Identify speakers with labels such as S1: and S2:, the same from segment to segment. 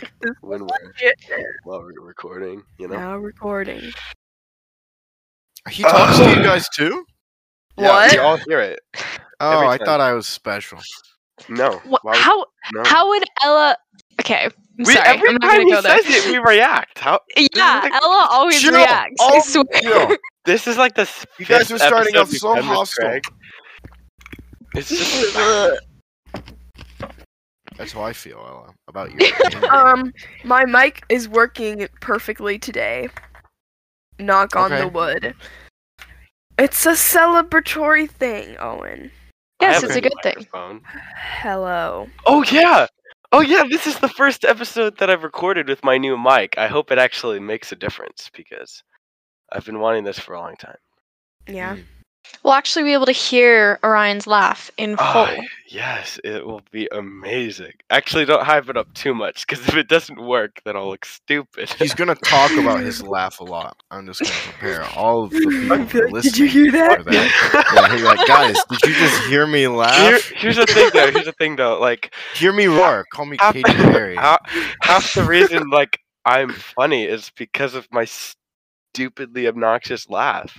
S1: This is
S2: when we're
S1: legit.
S2: while we're recording. You know,
S1: Now recording.
S3: He talks to you guys too?
S2: Yeah,
S1: What?
S2: we all hear it.
S3: Oh,
S2: Every
S3: I
S2: time.
S3: thought I was special.
S2: No,
S1: Wha
S2: why would-
S1: how
S2: no.
S1: how would Ella? Okay, I'm
S2: We-
S1: sorry.
S2: every
S1: I'm not
S2: time
S1: gonna
S2: he
S1: go there.
S2: says it, we react. How
S1: yeah,
S2: like-
S1: Ella always
S3: Chill.
S1: reacts. I
S2: Oh,
S1: swear.
S3: Yo,
S2: this is like the s-
S3: You guys
S2: fifth
S3: are starting
S2: episode
S3: off
S2: we've
S3: so
S2: done with
S3: hostile.
S2: Greg. It's just Ugh.
S3: that's how I feel Ella, about you.
S4: Um, my mic is working perfectly today. Knock on
S3: Okay.
S4: the wood. It's a celebratory thing, Owen.
S2: I
S1: Yes,
S2: have
S1: it's a good thing.
S2: microphone.
S4: Hello.
S2: Oh yeah. Oh yeah, this is the first episode that I've recorded with my new mic. I hope it actually makes a difference because I've been wanting this for a long time.
S4: Yeah.
S5: We'll actually be able to hear Orion's laugh in full.
S2: Oh, yes, it will be amazing. Actually, don't hype it up too much because if it doesn't work, then I'll look stupid.
S3: He's gonna talk about his laugh a lot. I'm just gonna prepare all of the people
S4: I'm
S3: who are
S4: like, "Did you
S3: Hmm.
S4: hear
S3: listening
S4: that?"
S3: for that. Yeah, he's like, guys, did you just hear me
S2: Here-
S3: laugh?
S2: here's the thing, though. Here's the thing, though. Like,
S3: Hear me roar. Call me
S2: Half-
S3: Katy Perry.
S2: half, half the reason like I'm funny is because of my stupidly obnoxious laugh.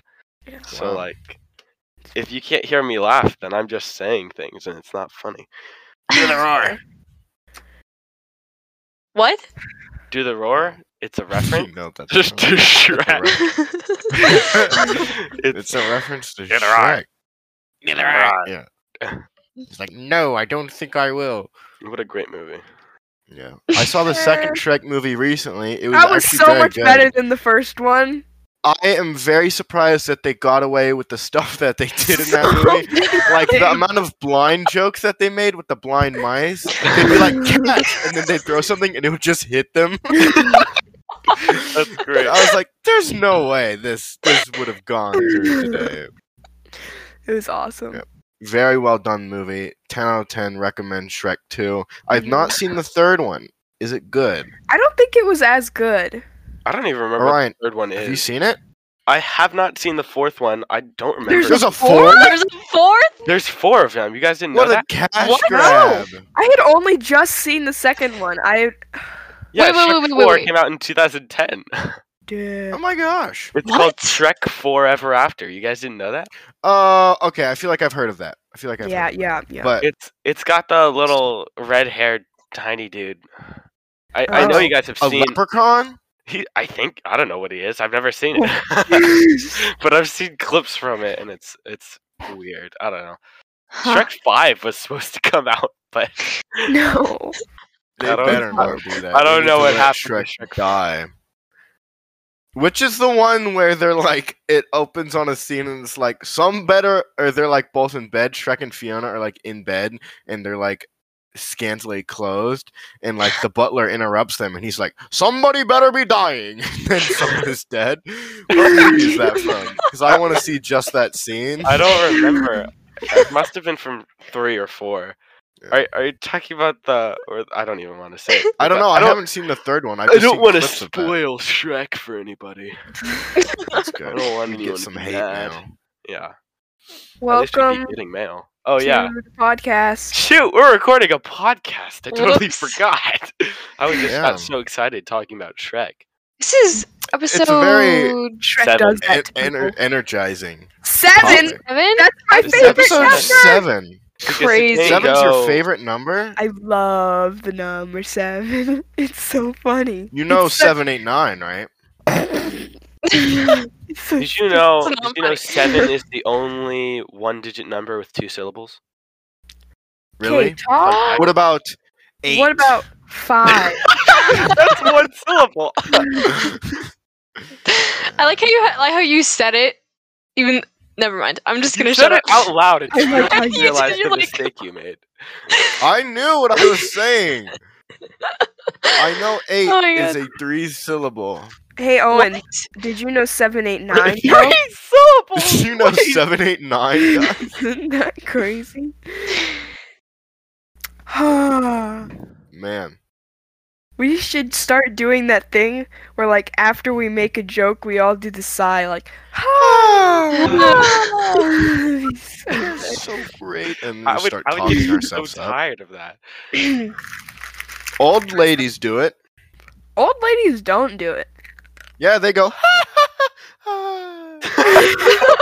S2: So
S3: Wow.
S2: like, if you can't hear me laugh, then I'm just saying things and it's not funny. Do the roar.
S5: What?
S2: Do the roar. It's a
S3: You
S2: reference.
S3: know that's
S2: just to
S3: right.
S2: Shrek.
S3: It's a reference to
S2: Get a
S3: Shrek.
S2: roar. Do the roar.
S3: Yeah. He's like, no, I don't think I will.
S2: What a great movie.
S3: Yeah. I saw the second Shrek movie recently. It was
S4: That was
S3: actually
S4: so
S3: very
S4: much
S3: good.
S4: better than the first one.
S3: I am very surprised that they got away with the stuff that they did in that movie. like the amount of blind jokes that they made with the blind mice. They'd be like, cat! And then they'd throw something and it would just hit them.
S2: That's
S3: I
S2: great.
S3: was like, there's no way this this would have gone through today.
S4: It was awesome.
S3: Yep. Very well done movie. 10 out of 10. Recommend Shrek 2. I've not seen the third one. Is it good?
S4: I don't think it was as good.
S2: I don't even remember what
S3: Ryan,
S2: the third one
S3: have you
S2: is.
S3: seen it?
S2: I have not seen the fourth one. I don't remember.
S4: There's
S3: There's
S2: There's,
S3: a fourth?
S5: There's a fourth?
S2: four of them. You guys didn't know
S3: What a
S2: that?
S3: cash
S2: What?
S3: grab.
S4: I had only just seen the second one. I
S2: Yeah,
S5: Wait, wait,
S2: Shrek
S5: wait, wait,
S2: 4
S5: wait.
S2: came out in 2010.
S4: did.
S3: Oh my gosh.
S2: It's called
S5: What?
S2: Shrek Forever After. You guys didn't know that?
S3: Uh, okay. I feel like I've heard of that. I feel like I've
S4: Yeah,
S3: heard of
S4: yeah,
S3: that.
S4: yeah.
S3: But
S2: It's it's got the little red haired tiny dude. I, I know
S4: Oh.
S2: you guys have
S3: a
S2: seen.
S3: leprechaun?
S2: He, I think I don't know what he is. I've never seen it, but I've seen clips from it, and it's it's weird. I don't know.
S5: Huh.
S2: Shrek Five was supposed to come out, but
S4: no.
S3: They
S2: I don't-
S3: better not do that.
S2: I
S3: They
S2: don't
S3: need
S2: know
S3: to
S2: what
S3: let
S2: happened to
S3: Shrek
S2: Shrek.
S3: die. Which is the one where they're like, it opens on a scene and it's like, some better, or they're like both in bed. Shrek and Fiona are like in bed and they're like scantily clothed. And like the butler interrupts them and he's like, somebody better be dying. and then someone is dead. What movie is that from? Because I want to see just that scene.
S2: I don't remember. It must have been from three or four.
S3: Yeah.
S2: Are, are you talking about the? Or I don't even want to say. it,
S3: I don't
S2: but
S3: know. I,
S2: I don't.
S3: haven't seen the third one. I've
S2: I
S3: just
S2: don't
S3: seen
S2: want to
S3: clips of that.
S2: spoil Shrek for anybody.
S3: That's
S2: I
S3: good.
S2: don't want
S3: We
S2: anyone
S3: get
S2: to
S3: some
S2: be
S3: hate
S2: mad.
S3: now.
S2: Yeah. At least we keep
S4: Welcome
S2: getting mail. Oh
S4: to
S2: yeah.
S4: the podcast.
S2: Shoot, we're recording a podcast. I totally
S5: Whoops.
S2: forgot. I was just
S3: Yeah.
S2: got so excited talking about Shrek.
S5: This is episode
S3: very-
S4: Shrek
S2: Seven.
S4: does
S3: En-
S4: that. to
S3: ener-
S4: people.
S3: energizing.
S4: Seven.
S3: topic.
S5: seven?
S4: That's my
S2: This
S4: favorite
S3: Episode
S4: number.
S3: seven.
S2: Because
S5: Crazy.
S2: today-
S3: Seven's your
S2: go.
S3: favorite number.
S4: I love the number seven. It's so funny.
S3: You know
S4: It's
S3: seven, eight, nine, right?
S4: so- it's so
S2: Did you know?
S5: It's
S2: Did
S5: not
S2: you know
S5: funny.
S2: seven is the only one-digit number with two syllables?
S3: Really?
S4: Talk.
S3: What about eight?
S4: What about five?
S2: That's one syllable.
S5: I like how you ha- like how you said it. Even never mind. I'm just gonna
S2: You
S5: shut
S2: said
S5: up.
S2: it out loud and
S4: I'm
S2: still
S4: like,
S5: I-
S2: didn't
S5: you
S2: realize
S5: did, you're
S2: the
S5: like-
S2: mistake you made.
S3: I knew what I was saying. I know eight
S5: Oh my
S3: is
S5: God.
S3: a three syllable.
S4: hey Owen,
S5: What?
S4: did you know seven eight nine? though?
S2: Three syllables.
S3: Did you know seven, eight, nine? guys?
S4: Isn't that crazy? Ah,
S3: Man,
S4: we should start doing that thing where, like, after we make a joke, we all do the sigh, like, That'd be so
S3: they're
S4: good.
S3: so great, and
S2: I
S3: we
S2: would,
S3: start
S2: I would
S3: talking
S2: get so
S3: ourselves up.
S2: tired of that.
S3: Old ladies do it.
S4: Old ladies don't do it.
S3: Yeah, they go.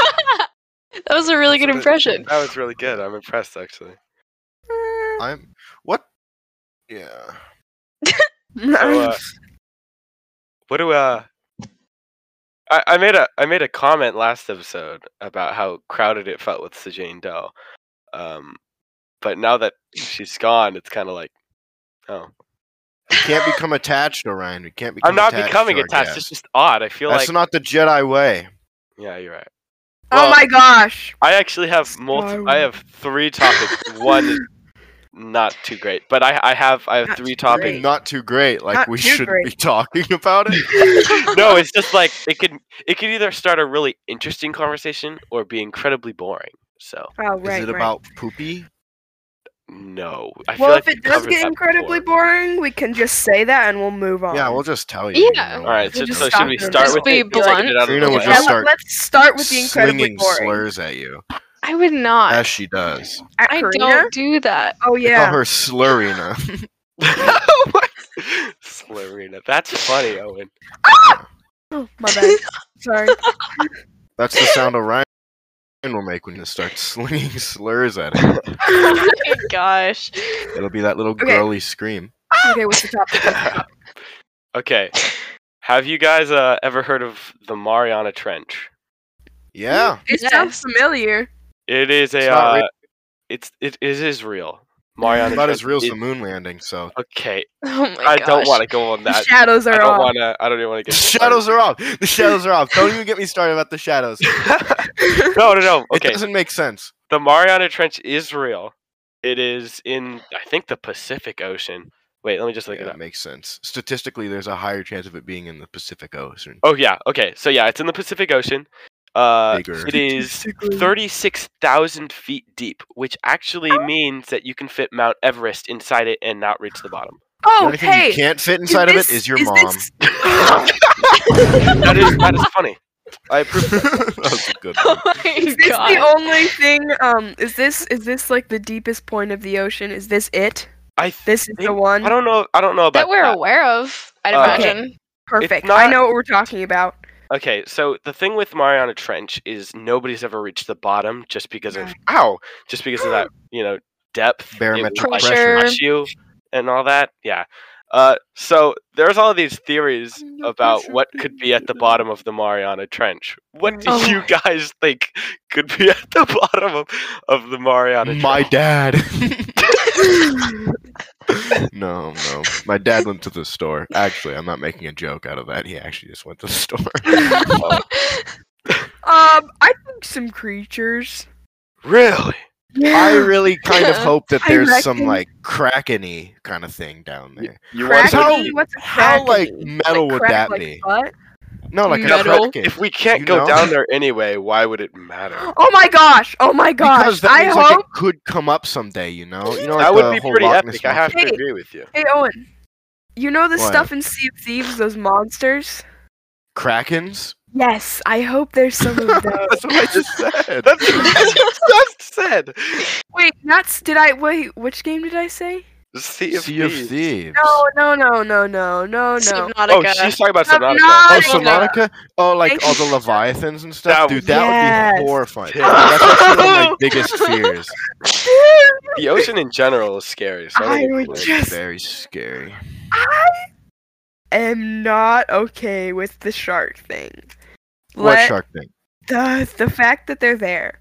S5: That was a really good
S2: That-
S5: impression.
S2: That was really good. I'm impressed actually.
S4: Uh,
S3: I'm what? Yeah.
S4: Oh
S2: uh, What do uh I, I made a I made a comment last episode about how crowded it felt with Sejane Doe. Um but now that she's gone, it's kinda like oh.
S3: We can't become attached, Orion. We can't become.
S2: I'm not
S3: attached
S2: becoming
S3: to our
S2: attached,
S3: guests.
S2: it's just odd. I feel
S3: That's
S2: like
S3: not the Jedi way.
S2: Yeah, you're right.
S4: oh
S2: well-
S4: my gosh.
S2: I actually have multi I have three topics. One is not too great, but I I have I have
S4: Not
S2: three
S4: too great.
S2: topics.
S3: Probably not too great. Like
S4: Not
S3: we
S4: too
S3: should
S4: great.
S3: be talking about it.
S2: no, it's just like it could it could either start a really interesting conversation or be incredibly boring. So
S4: Oh
S3: Is
S4: right.
S3: it
S4: right.
S3: about poopy?
S2: no, I feel
S4: well,
S2: like
S4: if it
S2: we've
S4: does
S2: covered
S4: get
S2: that
S4: incredibly
S2: before.
S4: boring, we can just say that and we'll move on.
S3: Yeah, we'll just tell you.
S5: Yeah.
S2: All right, so,
S4: We'll just
S2: so should
S4: stop
S2: we
S4: there.
S2: start
S5: Just
S2: with
S5: be
S2: it? Just get it out of
S3: blunt.
S2: the
S3: We'll
S2: way?
S3: just
S4: Yeah,
S3: start
S4: let, us start with the incredibly
S3: slinging
S4: boring.
S3: slurs at you,
S5: I would not.
S3: as she does.
S4: At
S5: I
S4: Karina?
S5: don't do that.
S4: Oh
S3: They Call
S4: yeah.
S3: her slurina.
S2: oh my, Slurina, that's funny, Owen.
S4: Oh, my bad. Sorry.
S3: That's the sound Orion will make when you start slinging slurs at him.
S1: oh my gosh.
S3: It'll be that little
S4: Okay.
S3: girly scream.
S4: Okay, what's the topic?
S2: okay, have you guys uh, ever heard of the Mariana Trench?
S3: Yeah.
S4: It sounds familiar.
S2: It is a,
S3: It's not
S2: uh,
S3: real.
S2: it's it, it is real. Mariana
S3: About
S2: Trench
S3: as real as
S2: is-
S3: the moon landing, so
S2: Okay,
S5: Oh my
S2: I don't
S5: gosh.
S2: want to go on
S4: The
S2: that.
S4: shadows
S2: I
S4: are
S2: don't
S4: on.
S2: want to. I don't even want to
S3: The
S2: get
S3: shadows are off. The shadows are off. Don't even get me started about the shadows.
S2: no, no, no.
S3: It
S2: Okay,
S3: doesn't make sense.
S2: the Mariana Trench is real. It is in, I think, the Pacific Ocean. Wait, let me just look
S3: Yeah,
S2: it
S3: that
S2: up.
S3: makes sense. Statistically, there's a higher chance of it being in the Pacific Ocean.
S2: Oh yeah. Okay. So yeah, it's in the Pacific Ocean. Uh,
S3: Bigger.
S2: it is
S4: Statistically.
S2: thirty-six thousand feet deep, which actually means that you can fit Mount Everest inside it and not reach the bottom.
S3: The
S4: Oh
S3: only thing you
S4: hey.
S3: can't fit inside of
S4: this-
S3: it is your
S4: is
S3: mom.
S4: this-
S2: That is that is funny. I approve.
S3: that was a good one.
S5: Oh my
S4: Is this
S5: god.
S4: the only thing? Um, is this is this like the deepest point of the ocean? Is this it?
S2: I th-
S4: This is the one.
S2: I don't know. I don't know about
S5: that we're
S2: that.
S5: aware of, I'd
S2: Uh,
S5: imagine.
S4: Perfect.
S2: not-
S4: I know what we're talking about.
S2: Okay, so the thing with Mariana Trench is nobody's ever reached the bottom just because of
S3: Mm.
S4: Right.
S2: ow, just because of that you know depth,
S3: Barometric
S2: it will, like,
S5: pressure.
S2: crush you and all that. Yeah. Uh, so there's all these theories
S3: Under
S2: about
S3: pressure,
S2: what could be at the
S3: baby.
S2: bottom of the Mariana Trench. What do
S5: Oh.
S2: you guys think could be at the bottom of, of the Mariana
S3: My
S2: Trench?
S3: dad. no, no. My dad went to the store. Actually, I'm not making a joke out of that. He actually just went to the store.
S2: Oh,
S5: Oh,
S4: Um, I think some creatures.
S2: Really?
S3: I really kind of hope that
S4: I
S3: there's some
S4: reckon-
S3: like krakeny kind of thing down there.
S2: You
S4: Crackety?
S2: want
S3: How-
S2: to-
S4: What's a
S3: how, like,
S4: crackety?
S3: metal would
S4: crack
S3: that
S4: like
S3: be?
S4: butt?
S3: No, like
S5: Metal?
S3: a kraken.
S2: If we can't
S3: You
S2: go
S3: know?
S2: down there anyway, why would it matter?
S4: Oh my gosh! Oh my
S3: Because
S4: gosh!
S3: that
S4: I
S3: means,
S4: hope.
S3: like, it could come up someday, you know? You know like
S2: That would
S3: the
S2: be
S3: whole
S2: pretty
S3: Loch Ness
S2: epic. I have to
S4: Hey.
S2: agree with you.
S4: Hey Owen, you know the
S3: What?
S4: stuff in Sea of Thieves, those monsters?
S3: Monster. Krakens?
S4: Yes, I hope there's some of those.
S3: That's what I just said.
S2: That's what you just said.
S4: Wait, not s- did I wait? Which game did I say?
S2: Sea of
S3: Sea of
S2: Thieves.
S3: Thieves.
S4: No, no, no, no, no, no, no.
S5: Subnautica.
S2: Oh, she's talking about Subnautica.
S3: Oh,
S4: Subnautica.
S3: Somatica? Oh, like
S4: Thank
S3: all
S4: you.
S3: the leviathans and
S2: That
S3: stuff? Dude, that would
S4: Yes.
S3: be horrifying.
S2: Yeah.
S3: That's actually one of my biggest fears.
S2: The ocean in general is scary. So I
S4: I
S2: don't
S4: would
S2: think-
S4: just-
S3: It's very scary.
S4: I am not okay with the shark thing.
S3: What
S4: Let-
S3: shark thing?
S4: The the fact that they're there.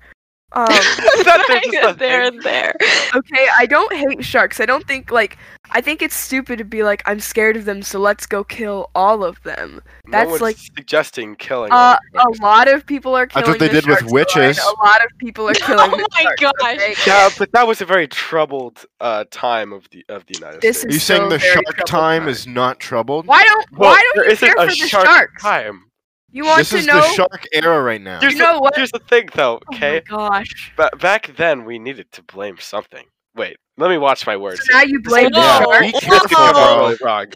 S4: Um,
S2: That they're just a
S5: there
S2: thing.
S5: and there.
S4: okay, I don't hate sharks. I don't think like I think it's stupid to be like I'm scared of them, so let's go kill all of them.
S2: no
S4: That's
S2: one's
S4: like-
S2: suggesting killing.
S4: Uh,
S2: all of
S4: a lot of people are
S3: That's
S4: killing.
S3: what they
S4: the
S3: did with
S4: sharks, Lauren.
S3: witches.
S4: A lot of people are killing.
S5: Oh
S4: the
S5: my
S4: sharks,
S5: gosh.
S4: okay?
S2: them. yeah, but that was a very troubled uh, time of the of the United
S4: This
S3: Are
S2: States.
S3: you
S4: is
S3: saying
S4: so
S3: the
S4: very
S3: shark
S4: troubled
S3: time
S4: time.
S3: is not troubled?
S4: Why don't
S2: well,
S4: Why don't
S2: there
S4: you
S2: isn't
S4: care
S2: a
S4: for the
S2: shark
S4: sharks?
S2: time.
S4: You want
S3: this
S4: to
S3: is
S4: know?
S3: the shark era right now.
S2: Here's,
S4: know
S2: the,
S4: what?
S2: here's the thing, though.
S4: Oh
S2: Okay,
S4: my gosh.
S2: but back then we needed to blame something. Wait, let me watch my words.
S4: So now you blame the
S5: No.
S3: Yeah,
S4: shark.
S3: be
S5: Whoa.
S3: careful,
S2: I'm
S3: bro.
S2: really wrong.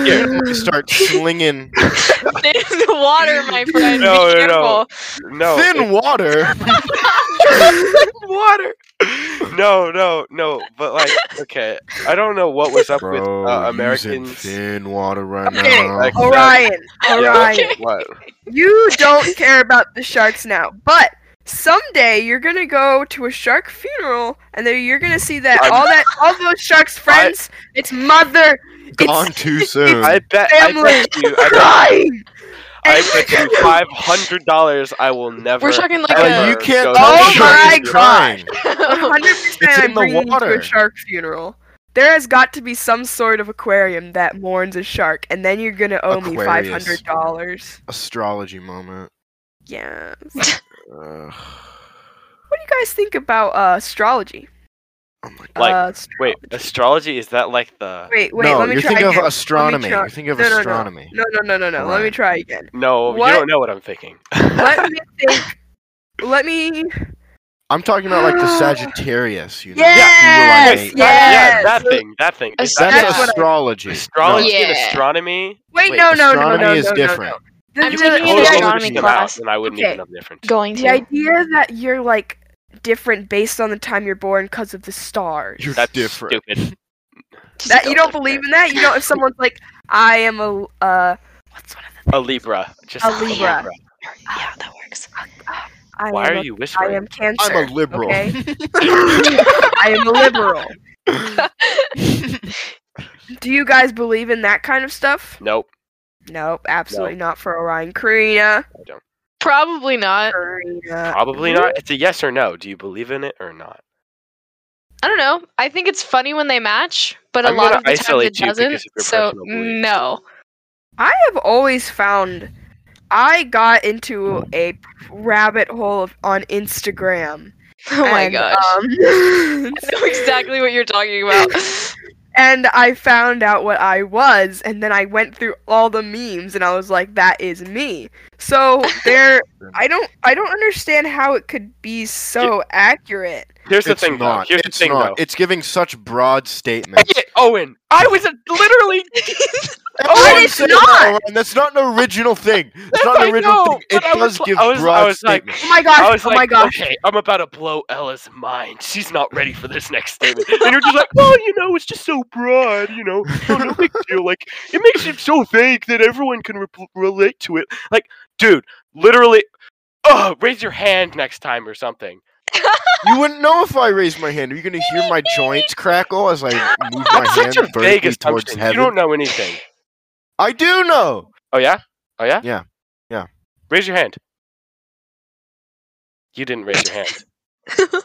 S2: Okay, here.
S3: You start slinging
S5: in the water, my friend.
S2: No, no,
S5: Be
S2: no.
S5: careful.
S2: no,
S3: thin water.
S2: water. no, no, no. But like, okay, I don't know what was up with
S3: Bro,
S2: uh,
S3: he's in
S2: Americans.
S3: thin water right
S4: Okay,
S3: now.
S2: Like-
S4: Orion, Orion,
S5: Okay.
S2: What?
S4: you don't care about the sharks now, but someday you're gonna go to a shark funeral, and then you're gonna see that
S2: I'm-
S4: all that all those sharks' friends, its mother,
S3: Gone
S4: its
S3: too soon.
S2: I bet. I bet
S4: family,
S2: you. I bet,
S4: crying.
S2: I bet you five hundred dollars. I will never.
S5: We're talking like
S2: ever
S3: Ellie,
S5: a.
S3: you can't
S2: go
S4: tell
S2: to a
S4: me you're
S2: shark
S4: my
S2: funeral.
S3: crying.
S4: Hundred percent,
S3: It's in
S4: I'm
S3: the
S4: bringing you to
S3: water.
S4: a shark funeral. There has got to be some sort of aquarium that mourns a shark, and then you're gonna owe me five
S3: Aquarius.
S4: hundred dollars.
S3: Astrology moment.
S4: Yes. what
S3: Ugh.
S4: do you guys think about uh, astrology?
S3: oh my god.
S2: Like,
S4: uh,
S2: Wait, astrology is that like the?
S4: wait, wait.
S3: no,
S4: let me
S3: you're
S4: try
S3: thinking
S4: again.
S3: of astronomy.
S4: try-
S3: You're thinking of
S4: No, no, no.
S3: astronomy.
S4: No, no, no, no, no. Let me
S3: Right.
S4: try again.
S2: No,
S4: What?
S2: you don't know what I'm thinking.
S4: Let me think. Let me.
S3: I'm talking about like the Sagittarius. You know,
S4: Yes,
S3: who you
S2: That- yeah,
S4: yes.
S2: that thing, that thing.
S5: A
S2: Is that
S3: That's,
S4: That's what I-
S3: astrology.
S2: astrology
S5: Yeah.
S2: and astronomy?
S4: Wait,
S2: Wait,
S4: no, no, no,
S3: astronomy
S4: no, no,
S3: is
S4: no,
S3: different.
S4: No, no.
S5: I'm
S4: The-
S5: taking
S4: the
S5: an
S2: I'll
S5: Yeah,
S2: just
S4: idea-
S5: astronomy
S2: them out,
S5: class.
S2: and I wouldn't
S4: Okay.
S2: even know the difference.
S5: Going
S4: The
S5: to.
S4: idea that you're like different based on the time you're born because of the stars.
S3: You're
S2: That's
S3: different.
S2: stupid.
S4: that you don't believe in that? You know, if someone's like, I am a uh, what's one of the
S2: A Libra. Just
S4: A Libra.
S5: Oh, Yeah, that works.
S4: I
S2: Why
S4: am
S2: are
S4: a-
S2: you
S4: I
S2: whispering?
S4: am cancer.
S3: I'm a liberal.
S4: Okay? I am a liberal. Do you guys believe in that kind of stuff?
S2: Nope.
S4: Nope, absolutely not for Orion. Karina.
S5: Probably not.
S4: Karina.
S2: Probably not. It's a yes or no. Do you believe in it or not?
S5: I don't know. I think it's funny when they match, but a
S2: I'm
S5: lot
S2: gonna
S5: of the time
S2: isolate
S5: it
S2: you because of
S5: doesn't.
S2: your
S5: So
S2: personal beliefs.
S5: no.
S4: I have always found I got into a rabbit hole of, on Instagram.
S5: Oh my
S4: and,
S2: uh,
S5: gosh.
S4: Um,
S5: I know exactly what you're talking about.
S4: and I found out what I was, and then I went through all the memes, and I was like, "That is me." So there, I don't, I don't understand how it could be so accurate.
S2: Here's the
S3: It's
S2: thing, though.
S3: not.
S2: Here's
S3: it's
S2: the thing,
S3: not.
S2: though.
S3: It's giving such broad statements.
S2: Yeah, Owen, I was a, literally.
S4: Oh,
S3: Everyone
S4: it's
S3: said
S4: not!
S3: that, Ryan. That's not an original thing. It's not an
S2: I
S3: original
S2: know,
S3: thing. It
S2: but I was
S3: does
S2: li-
S3: give
S2: I was- I
S3: broad
S2: was like-
S3: statements.
S4: Oh my
S2: I
S4: gosh!
S2: was
S4: Oh
S2: like,
S4: my gosh!
S2: okay, I'm about to blow Ella's mind. She's not ready for this next statement. And you're just like, well, you know, it's just so broad, you know, no, no big deal. Like, it makes it so vague that everyone can re- relate to it. Like, dude, literally, oh, raise your hand next time or something.
S3: You wouldn't know if I raised my hand. Are you going to hear my joints crackle as I move my hand
S2: Such a vague
S3: vertically towards
S2: assumption. You
S3: heaven?
S2: don't know anything.
S3: I do know.
S2: Oh yeah? Oh yeah?
S3: Yeah. Yeah.
S2: Raise your hand. You didn't raise your hand.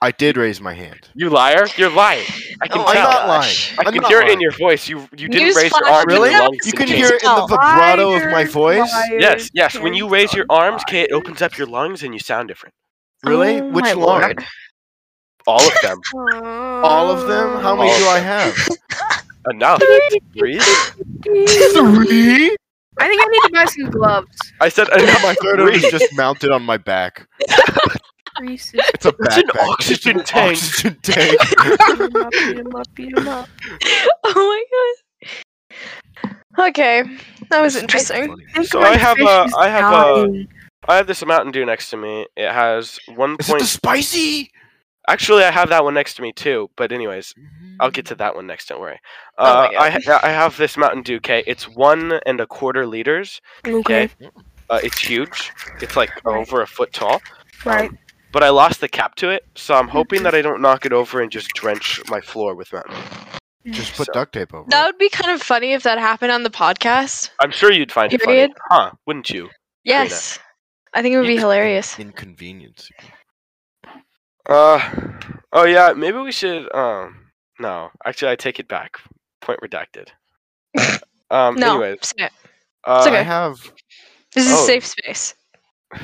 S3: I did raise my hand.
S2: You liar! You're lying. I can
S5: Oh my
S3: I'm
S2: tell.
S3: not lying.
S5: gosh.
S2: I
S3: I'm
S2: can
S3: not
S2: hear it in
S3: lying.
S2: your voice. You you didn't raise your
S5: Newsflash,
S2: arm.
S3: Really?
S2: Your lungs
S3: You
S2: can
S3: can hear it in the
S5: tell.
S3: vibrato of my
S4: Liars,
S3: voice.
S4: liars,
S2: Yes, yes. When you raise your
S4: liars.
S2: arms, Kate, it opens up your lungs and you sound different.
S3: Really?
S5: Oh my
S3: Which lung?
S5: lord.
S2: All of them.
S3: All of them? How many
S2: All
S3: do
S2: of
S3: I
S2: them.
S3: have?
S2: Enough. Three?
S3: Three.
S4: I think I need to buy some gloves.
S2: I said
S3: And
S2: enough.
S3: my third one is
S2: Three.
S3: just mounted on my back.
S4: Reese's.
S3: It's a
S2: It's an
S3: backpack.
S2: oxygen tank.
S3: Oxygen tank.
S4: Beat 'em up, beat 'em up, beat 'em up.
S5: oh my god. Okay, that was interesting.
S4: Think
S2: So
S4: my
S2: I have
S4: fish
S2: a-
S4: is
S2: I have a-
S4: dying.
S2: I have this Mountain Dew next to me. It has one
S3: Is it
S2: point.
S3: the spicy?
S2: Actually, I have that one next to me too. But anyways, I'll get to that one next. Don't worry.
S5: Oh my
S2: Uh, I ha- I have this Mountain Dew. Kate. It's one and a quarter liters.
S4: Okay,
S2: Uh, it's huge. It's like over a foot tall.
S4: right.
S2: but I lost the cap to it, so
S5: Mm-hmm.
S2: I'm hoping that I don't knock it over and just drench my floor with mountain. Dew.
S3: Just put
S2: So-
S3: duct tape over.
S5: That would be kind of funny if that happened on the podcast.
S2: I'm sure you'd find it funny,
S5: Period.
S2: huh? Wouldn't you?
S5: Yes, I think it would be
S3: Yeah.
S5: hilarious.
S3: it. Inconvenience.
S2: Uh, oh yeah, maybe we should. Um, no, actually, I take it back. Point redacted. um,
S5: No,
S2: anyways,
S5: say it.
S2: uh,
S5: okay.
S3: I have
S5: this is a
S2: Oh.
S5: safe space.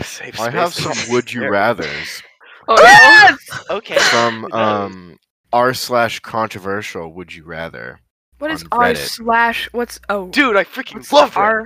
S2: save
S3: I have
S2: space.
S3: some would you rather's
S5: Oh,
S4: Yes!
S2: Okay.
S3: from
S2: knows?
S3: um r slash controversial would you rather.
S4: What is
S3: on
S4: R
S3: Reddit.
S4: slash? What's oh?
S2: Dude, I freaking
S4: what's
S2: love
S4: the
S2: her.
S4: R?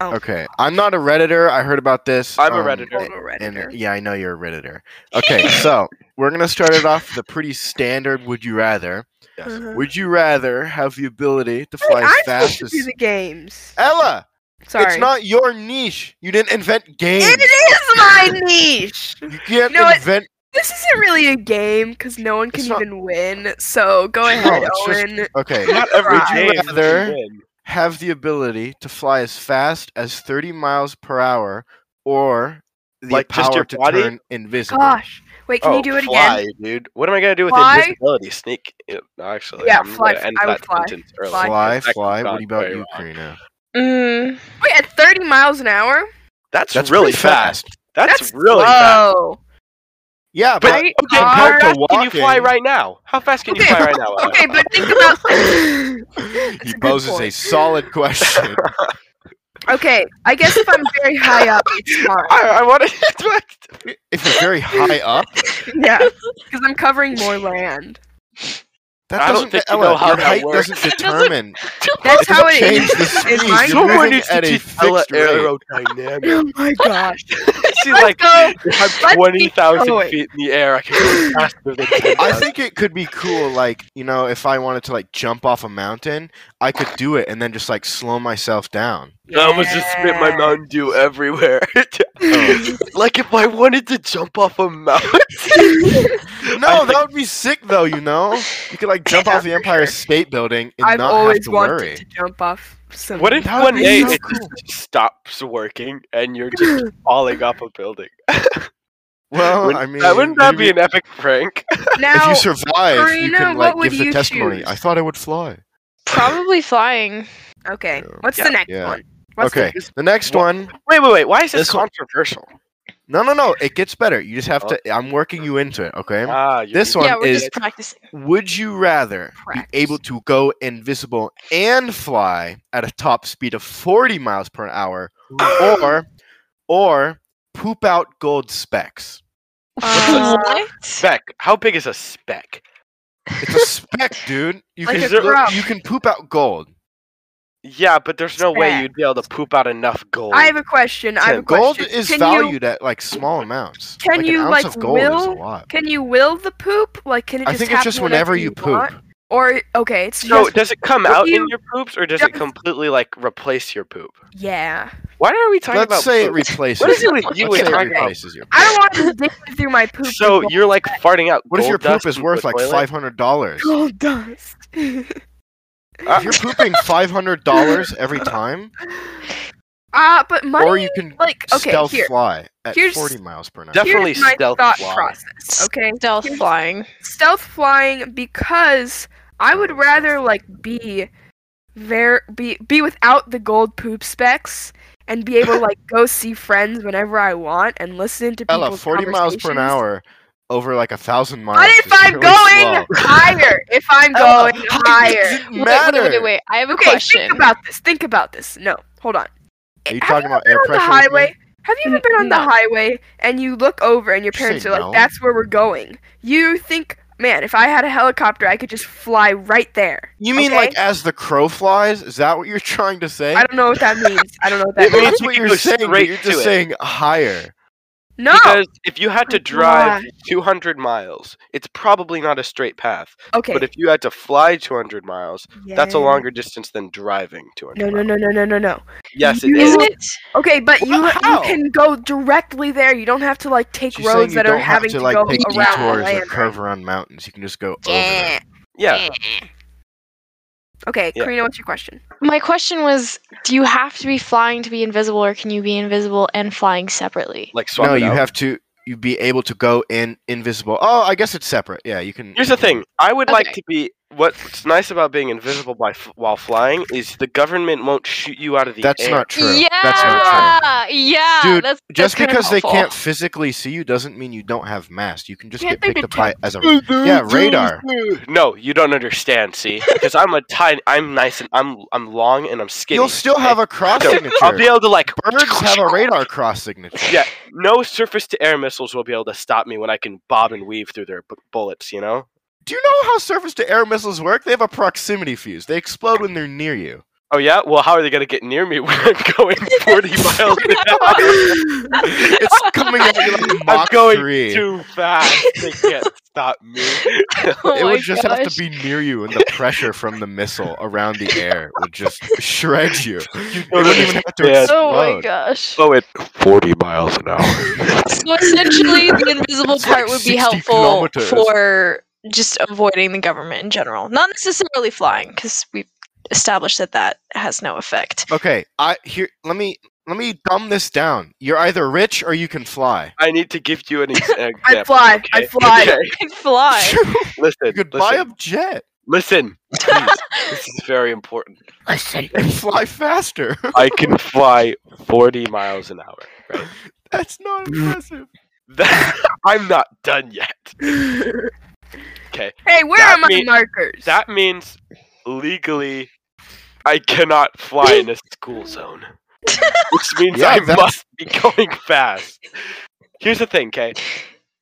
S4: Oh,
S3: Okay, I'm not a redditor. I heard about this.
S2: I'm a
S3: um,
S2: Redditor.
S4: I'm a
S3: And,
S4: Redditor.
S3: yeah, I know you're a redditor. Okay, so we're gonna start it off with a pretty standard would you rather.
S2: Yes.
S4: Uh-huh.
S3: Would you rather have the ability to
S4: Hey,
S3: fly as
S4: I'm supposed
S3: fast
S4: to
S3: as
S4: do the games.
S2: Uh,
S3: Ella?
S4: Sorry.
S3: It's not your niche. You didn't invent games.
S4: It is my niche.
S3: You can't
S4: You know what?
S3: invent
S4: This isn't really a game because no one can
S3: It's not-
S4: even win. So go ahead,
S3: it's just-
S4: Owen.
S3: Okay.
S2: Not every
S4: Would
S3: you
S2: game you
S3: rather-
S2: win.
S3: have the ability to fly as fast as 30 miles per hour or the
S2: Like,
S3: power
S2: just your
S3: to
S2: body?
S3: turn invisible.
S4: Gosh, wait, can
S2: oh,
S4: you do it
S2: fly,
S4: again?
S2: dude? What am I gonna do with
S4: Fly?
S2: invisibility? Sneak? Yeah, no, actually,
S4: Yeah,
S2: I'm
S4: fly,
S2: gonna end
S4: I would
S2: that
S4: fly.
S2: sentence early.
S4: Fly.
S3: Fly,
S2: That
S3: fly.
S2: could
S3: What
S2: not
S3: about
S2: very
S3: you,
S2: well.
S3: Karina?
S5: Mm,
S4: Wait, at 30 miles an hour?
S2: That's,
S3: That's
S2: really
S3: pretty
S2: fast. That's,
S4: That's
S2: really fast.
S4: Whoa.
S3: Yeah,
S2: But
S4: Right?
S2: okay,
S4: Are-
S2: how fast
S3: To
S2: can you fly
S3: walking.
S2: right now? How fast can you
S4: Okay.
S2: fly right now? Elliot?
S4: Okay, but think about. That's
S3: he
S4: a good
S3: poses a
S4: point.
S3: solid question.
S4: Okay, I guess if I'm very high up, it's smart.
S2: I, I want to.
S3: if you're very high up,
S4: Yeah, because I'm covering more land.
S3: that
S2: I don't
S3: doesn't
S2: think you
S3: Ella,
S2: know how
S3: your
S2: that
S3: height
S2: works.
S3: doesn't
S5: It doesn't-
S3: determine.
S4: That's how it
S3: change
S4: is.
S3: the
S4: in
S3: speed.
S4: mine.
S3: You're
S4: Someone
S3: moving at a fixed rate.
S2: aerodynamics.
S4: Oh my gosh.
S2: She's
S4: Let's
S2: like,
S4: go.
S2: if
S4: keep
S2: I'm twenty thousand
S4: going.
S2: feet in the air. I can go faster than. 10,000."
S3: I think it could be cool, like, you know, if I wanted to, like, jump off a mountain, I could do it and then just, like, slow myself down.
S2: I almost just spit my
S4: Yeah.
S2: Mountain Dew everywhere. Oh. like if I wanted to jump off a mountain.
S3: No, that would be sick, though, you know? You could, like, jump
S4: Yeah,
S3: off the
S4: for
S3: Empire
S4: sure.
S3: State Building and
S4: I've
S3: not have
S4: always
S3: to
S4: wanted
S3: worry.
S4: to jump off some.
S2: What if
S3: That
S2: one
S3: would be
S2: day
S3: so
S2: it
S3: cool.
S2: just stops working and you're just falling off a building?
S3: Well,
S2: Wouldn't-
S3: I mean,
S2: that- wouldn't that be
S3: maybe
S2: an epic prank?
S4: now?
S3: if you survive, you
S4: Karina,
S3: can,
S4: what
S3: like,
S4: would
S3: give the
S4: you
S3: testimony.
S4: choose?
S3: I thought I would fly.
S5: probably flying.
S4: okay,
S3: Yeah.
S4: what's
S2: Yeah,
S4: the next
S3: yeah.
S4: one? What's
S3: okay,
S2: next?
S3: the next
S2: Wha-
S3: one.
S2: Wait, wait, wait. Why is this
S3: This one-
S2: controversial?
S3: No, no, no. It gets better. You just have to. I'm working you into it. Okay.
S2: Ah, you-
S3: This
S2: you-
S3: one
S5: yeah, we're
S3: is-
S5: just practicing.
S3: Would you rather
S4: Practice.
S3: be able to go invisible and fly at a top speed of 40 miles per hour, or or poop out gold specks?
S4: Uh,
S5: what?
S2: Speck. How big is a speck?
S3: It's a speck, dude. You
S4: Like
S3: can
S2: a grub.
S3: you can poop out gold.
S2: Yeah, but there's no way
S4: Speck.
S2: you'd be able to poop out enough gold.
S4: I have a question. I have a
S3: Gold
S4: question.
S3: is
S4: can You,
S3: valued at like small amounts.
S4: can
S3: like,
S4: you,
S3: an ounce
S4: like,
S3: of gold is a
S4: will-
S3: lot.
S4: can you will the poop? Like, can it
S3: I
S4: just
S3: think
S4: happen
S3: it's just whenever you poop.
S4: want? Or okay, it's
S2: so
S4: just
S2: does it come
S4: Don't
S2: out
S4: you-
S2: in your poops, or does it
S4: Don't-
S2: completely like replace your poop?
S4: yeah.
S2: Why are we talking
S3: Let's
S2: about?
S3: say it
S2: poop?
S3: replaces.
S2: What is it with
S3: Let's
S2: you
S3: say
S2: and
S3: it
S2: talking about?
S3: replaces your
S4: I don't want to dig through my poop.
S2: So
S4: with
S2: you're like farting out.
S3: What if
S2: gold
S3: your poop
S2: dust
S3: is
S2: into
S3: worth
S2: the
S3: like
S2: toilet?
S3: five hundred dollars?
S4: gold dust.
S3: If you're pooping five hundred dollars every time,
S4: Ah, but money.
S3: or you can
S4: like okay,
S3: stealth
S4: here.
S3: fly at
S4: here's-
S3: forty miles per hour.
S2: Def- Definitely
S4: here's my
S2: stealth
S4: thought
S2: fly.
S4: process. Okay,
S5: Stealth
S4: Here's-
S5: flying.
S4: stealth flying because I would rather like be there be be without the gold poop specs and be able to like go see friends whenever I want and listen to people.
S3: Ella, forty miles per an hour over like a thousand miles.
S4: But if
S3: is
S4: I'm
S3: really
S4: going
S3: slow. Oh,
S4: higher, if I'm
S3: Ella,
S4: going
S3: height
S4: higher,
S3: doesn't
S5: Wait, wait,
S3: matter.
S5: wait, wait, wait. I have a
S4: okay,
S5: question.
S4: think about this. Think about this. No, hold on.
S3: Are you
S4: Have
S3: talking about
S4: been
S3: air
S4: on the
S3: pressure? with me?
S4: highway? Have you ever
S5: N-
S4: been on the
S5: no.
S4: highway and you look over and your
S3: You
S4: parents
S3: say
S4: are like,
S3: no.
S4: "That's where we're going." You think, "Man, if I had a helicopter, I could just fly right there."
S3: You mean
S4: okay?
S3: like as the crow flies? Is that what you're trying to say?
S4: I don't know what that means. I don't know what that
S2: It
S4: means.
S2: means
S3: That's
S2: you
S3: what
S2: can
S3: you're
S2: go
S3: saying. But
S2: straight
S3: you're
S2: to
S3: just
S2: it.
S3: saying higher.
S4: No.
S2: Because if you had to drive
S4: God.
S2: 200 miles, it's probably not a straight path.
S4: okay.
S2: But if you had to fly 200 miles, that's a
S4: Yeah.
S2: longer distance than driving 200
S4: No, no,
S2: miles.
S4: no, no, no, no, no.
S2: Yes, it
S4: You-
S2: is.
S5: Isn't it?
S4: Okay, but you,
S3: Well,
S4: you
S3: how?
S4: can go directly there. You don't have to like take
S3: She's saying
S4: roads
S3: you
S4: that
S3: don't
S4: are
S3: have
S4: having
S3: to like
S4: go
S3: take
S4: around
S3: detours
S4: the
S3: or
S4: land.
S3: curve around mountains. You can just go over.
S4: Yeah.
S3: them.
S2: Yeah.
S4: Okay,
S2: Yeah.
S4: Karina, what's your question?
S5: My question was do you have to be flying to be invisible, or can you be invisible and flying separately?
S2: Like swap
S3: No,
S2: it
S3: you
S2: out.
S3: have to. You be able to go in invisible. Oh, I guess it's separate. Yeah, you can.
S2: Here's the thing. I would like
S5: Okay.
S2: to be. What's nice about being invisible by f- while flying is the government won't shoot you out of the
S3: That's
S2: air.
S3: not true.
S5: Yeah,
S3: That's not true.
S5: yeah.
S3: Dude,
S5: that's,
S3: Just
S5: that's kinda
S3: because they
S5: helpful.
S3: can't physically see you doesn't mean you don't have mass. You can just
S4: Can't
S3: get
S4: they
S3: picked up by
S4: detect-
S3: as a. Yeah, radar.
S2: No, you don't understand. See, because I'm a tiny, I'm nice and I'm I'm long and I'm skinny.
S3: You'll still have a cross
S2: So,
S3: signature.
S2: I'll be able to like
S3: Birds have a radar cross signature.
S2: Yeah, no surface-to-air missiles will be able to stop me when I can bob and weave through their bu- bullets. You know.
S3: Do you know how surface-to-air missiles work? They have a proximity fuse. They explode when they're near you.
S2: Oh yeah. Well, how are they gonna get near me when I'm going 40 miles an hour
S3: it's coming at you like Mach
S2: going
S3: three.
S2: too fast? They can't stop me.
S5: Oh
S3: it
S5: my
S3: would just have
S5: gosh.
S3: to be near you, and the pressure from the missile around the air would just shred you.
S2: you
S3: It wouldn't even have to
S2: Yeah.
S3: explode.
S5: Oh my gosh.
S2: slow at 40 miles an hour.
S5: So essentially, the invisible
S3: It's like
S5: part would
S3: 60
S5: be helpful
S3: kilometers.
S5: for just avoiding the government in general, not necessarily flying, because we've established that that has no effect.
S3: Okay, I here. Let me let me dumb this down. You're either rich or you can fly.
S2: I need to give you an ex- example.
S4: I fly. I
S2: okay?
S4: fly.
S2: Okay,
S5: I can fly.
S2: Listen.
S3: you could
S2: listen,
S3: buy a jet
S2: listen. please, this is very important.
S3: and fly faster.
S2: I can fly 40 miles an hour. Right?
S3: That's not
S2: Mm.
S3: impressive.
S2: That, I'm not done yet. Okay.
S4: Hey, where
S2: That
S4: are my
S2: mean-
S4: markers?
S2: That means legally, I cannot fly in a school zone, which means
S3: Yeah,
S2: I
S3: that's-
S2: must be going fast. Here's the thing, Kay.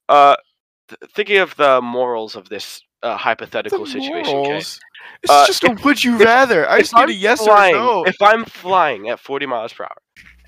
S2: Uh, th- thinking of the morals of this uh,
S3: The
S2: hypothetical situation, Kay.
S3: morals. It's
S2: Uh,
S3: just a would you rather. I just
S2: if
S3: need
S2: I'm
S3: a yes
S2: flying,
S3: or no.
S2: If I'm flying at 40 miles per hour,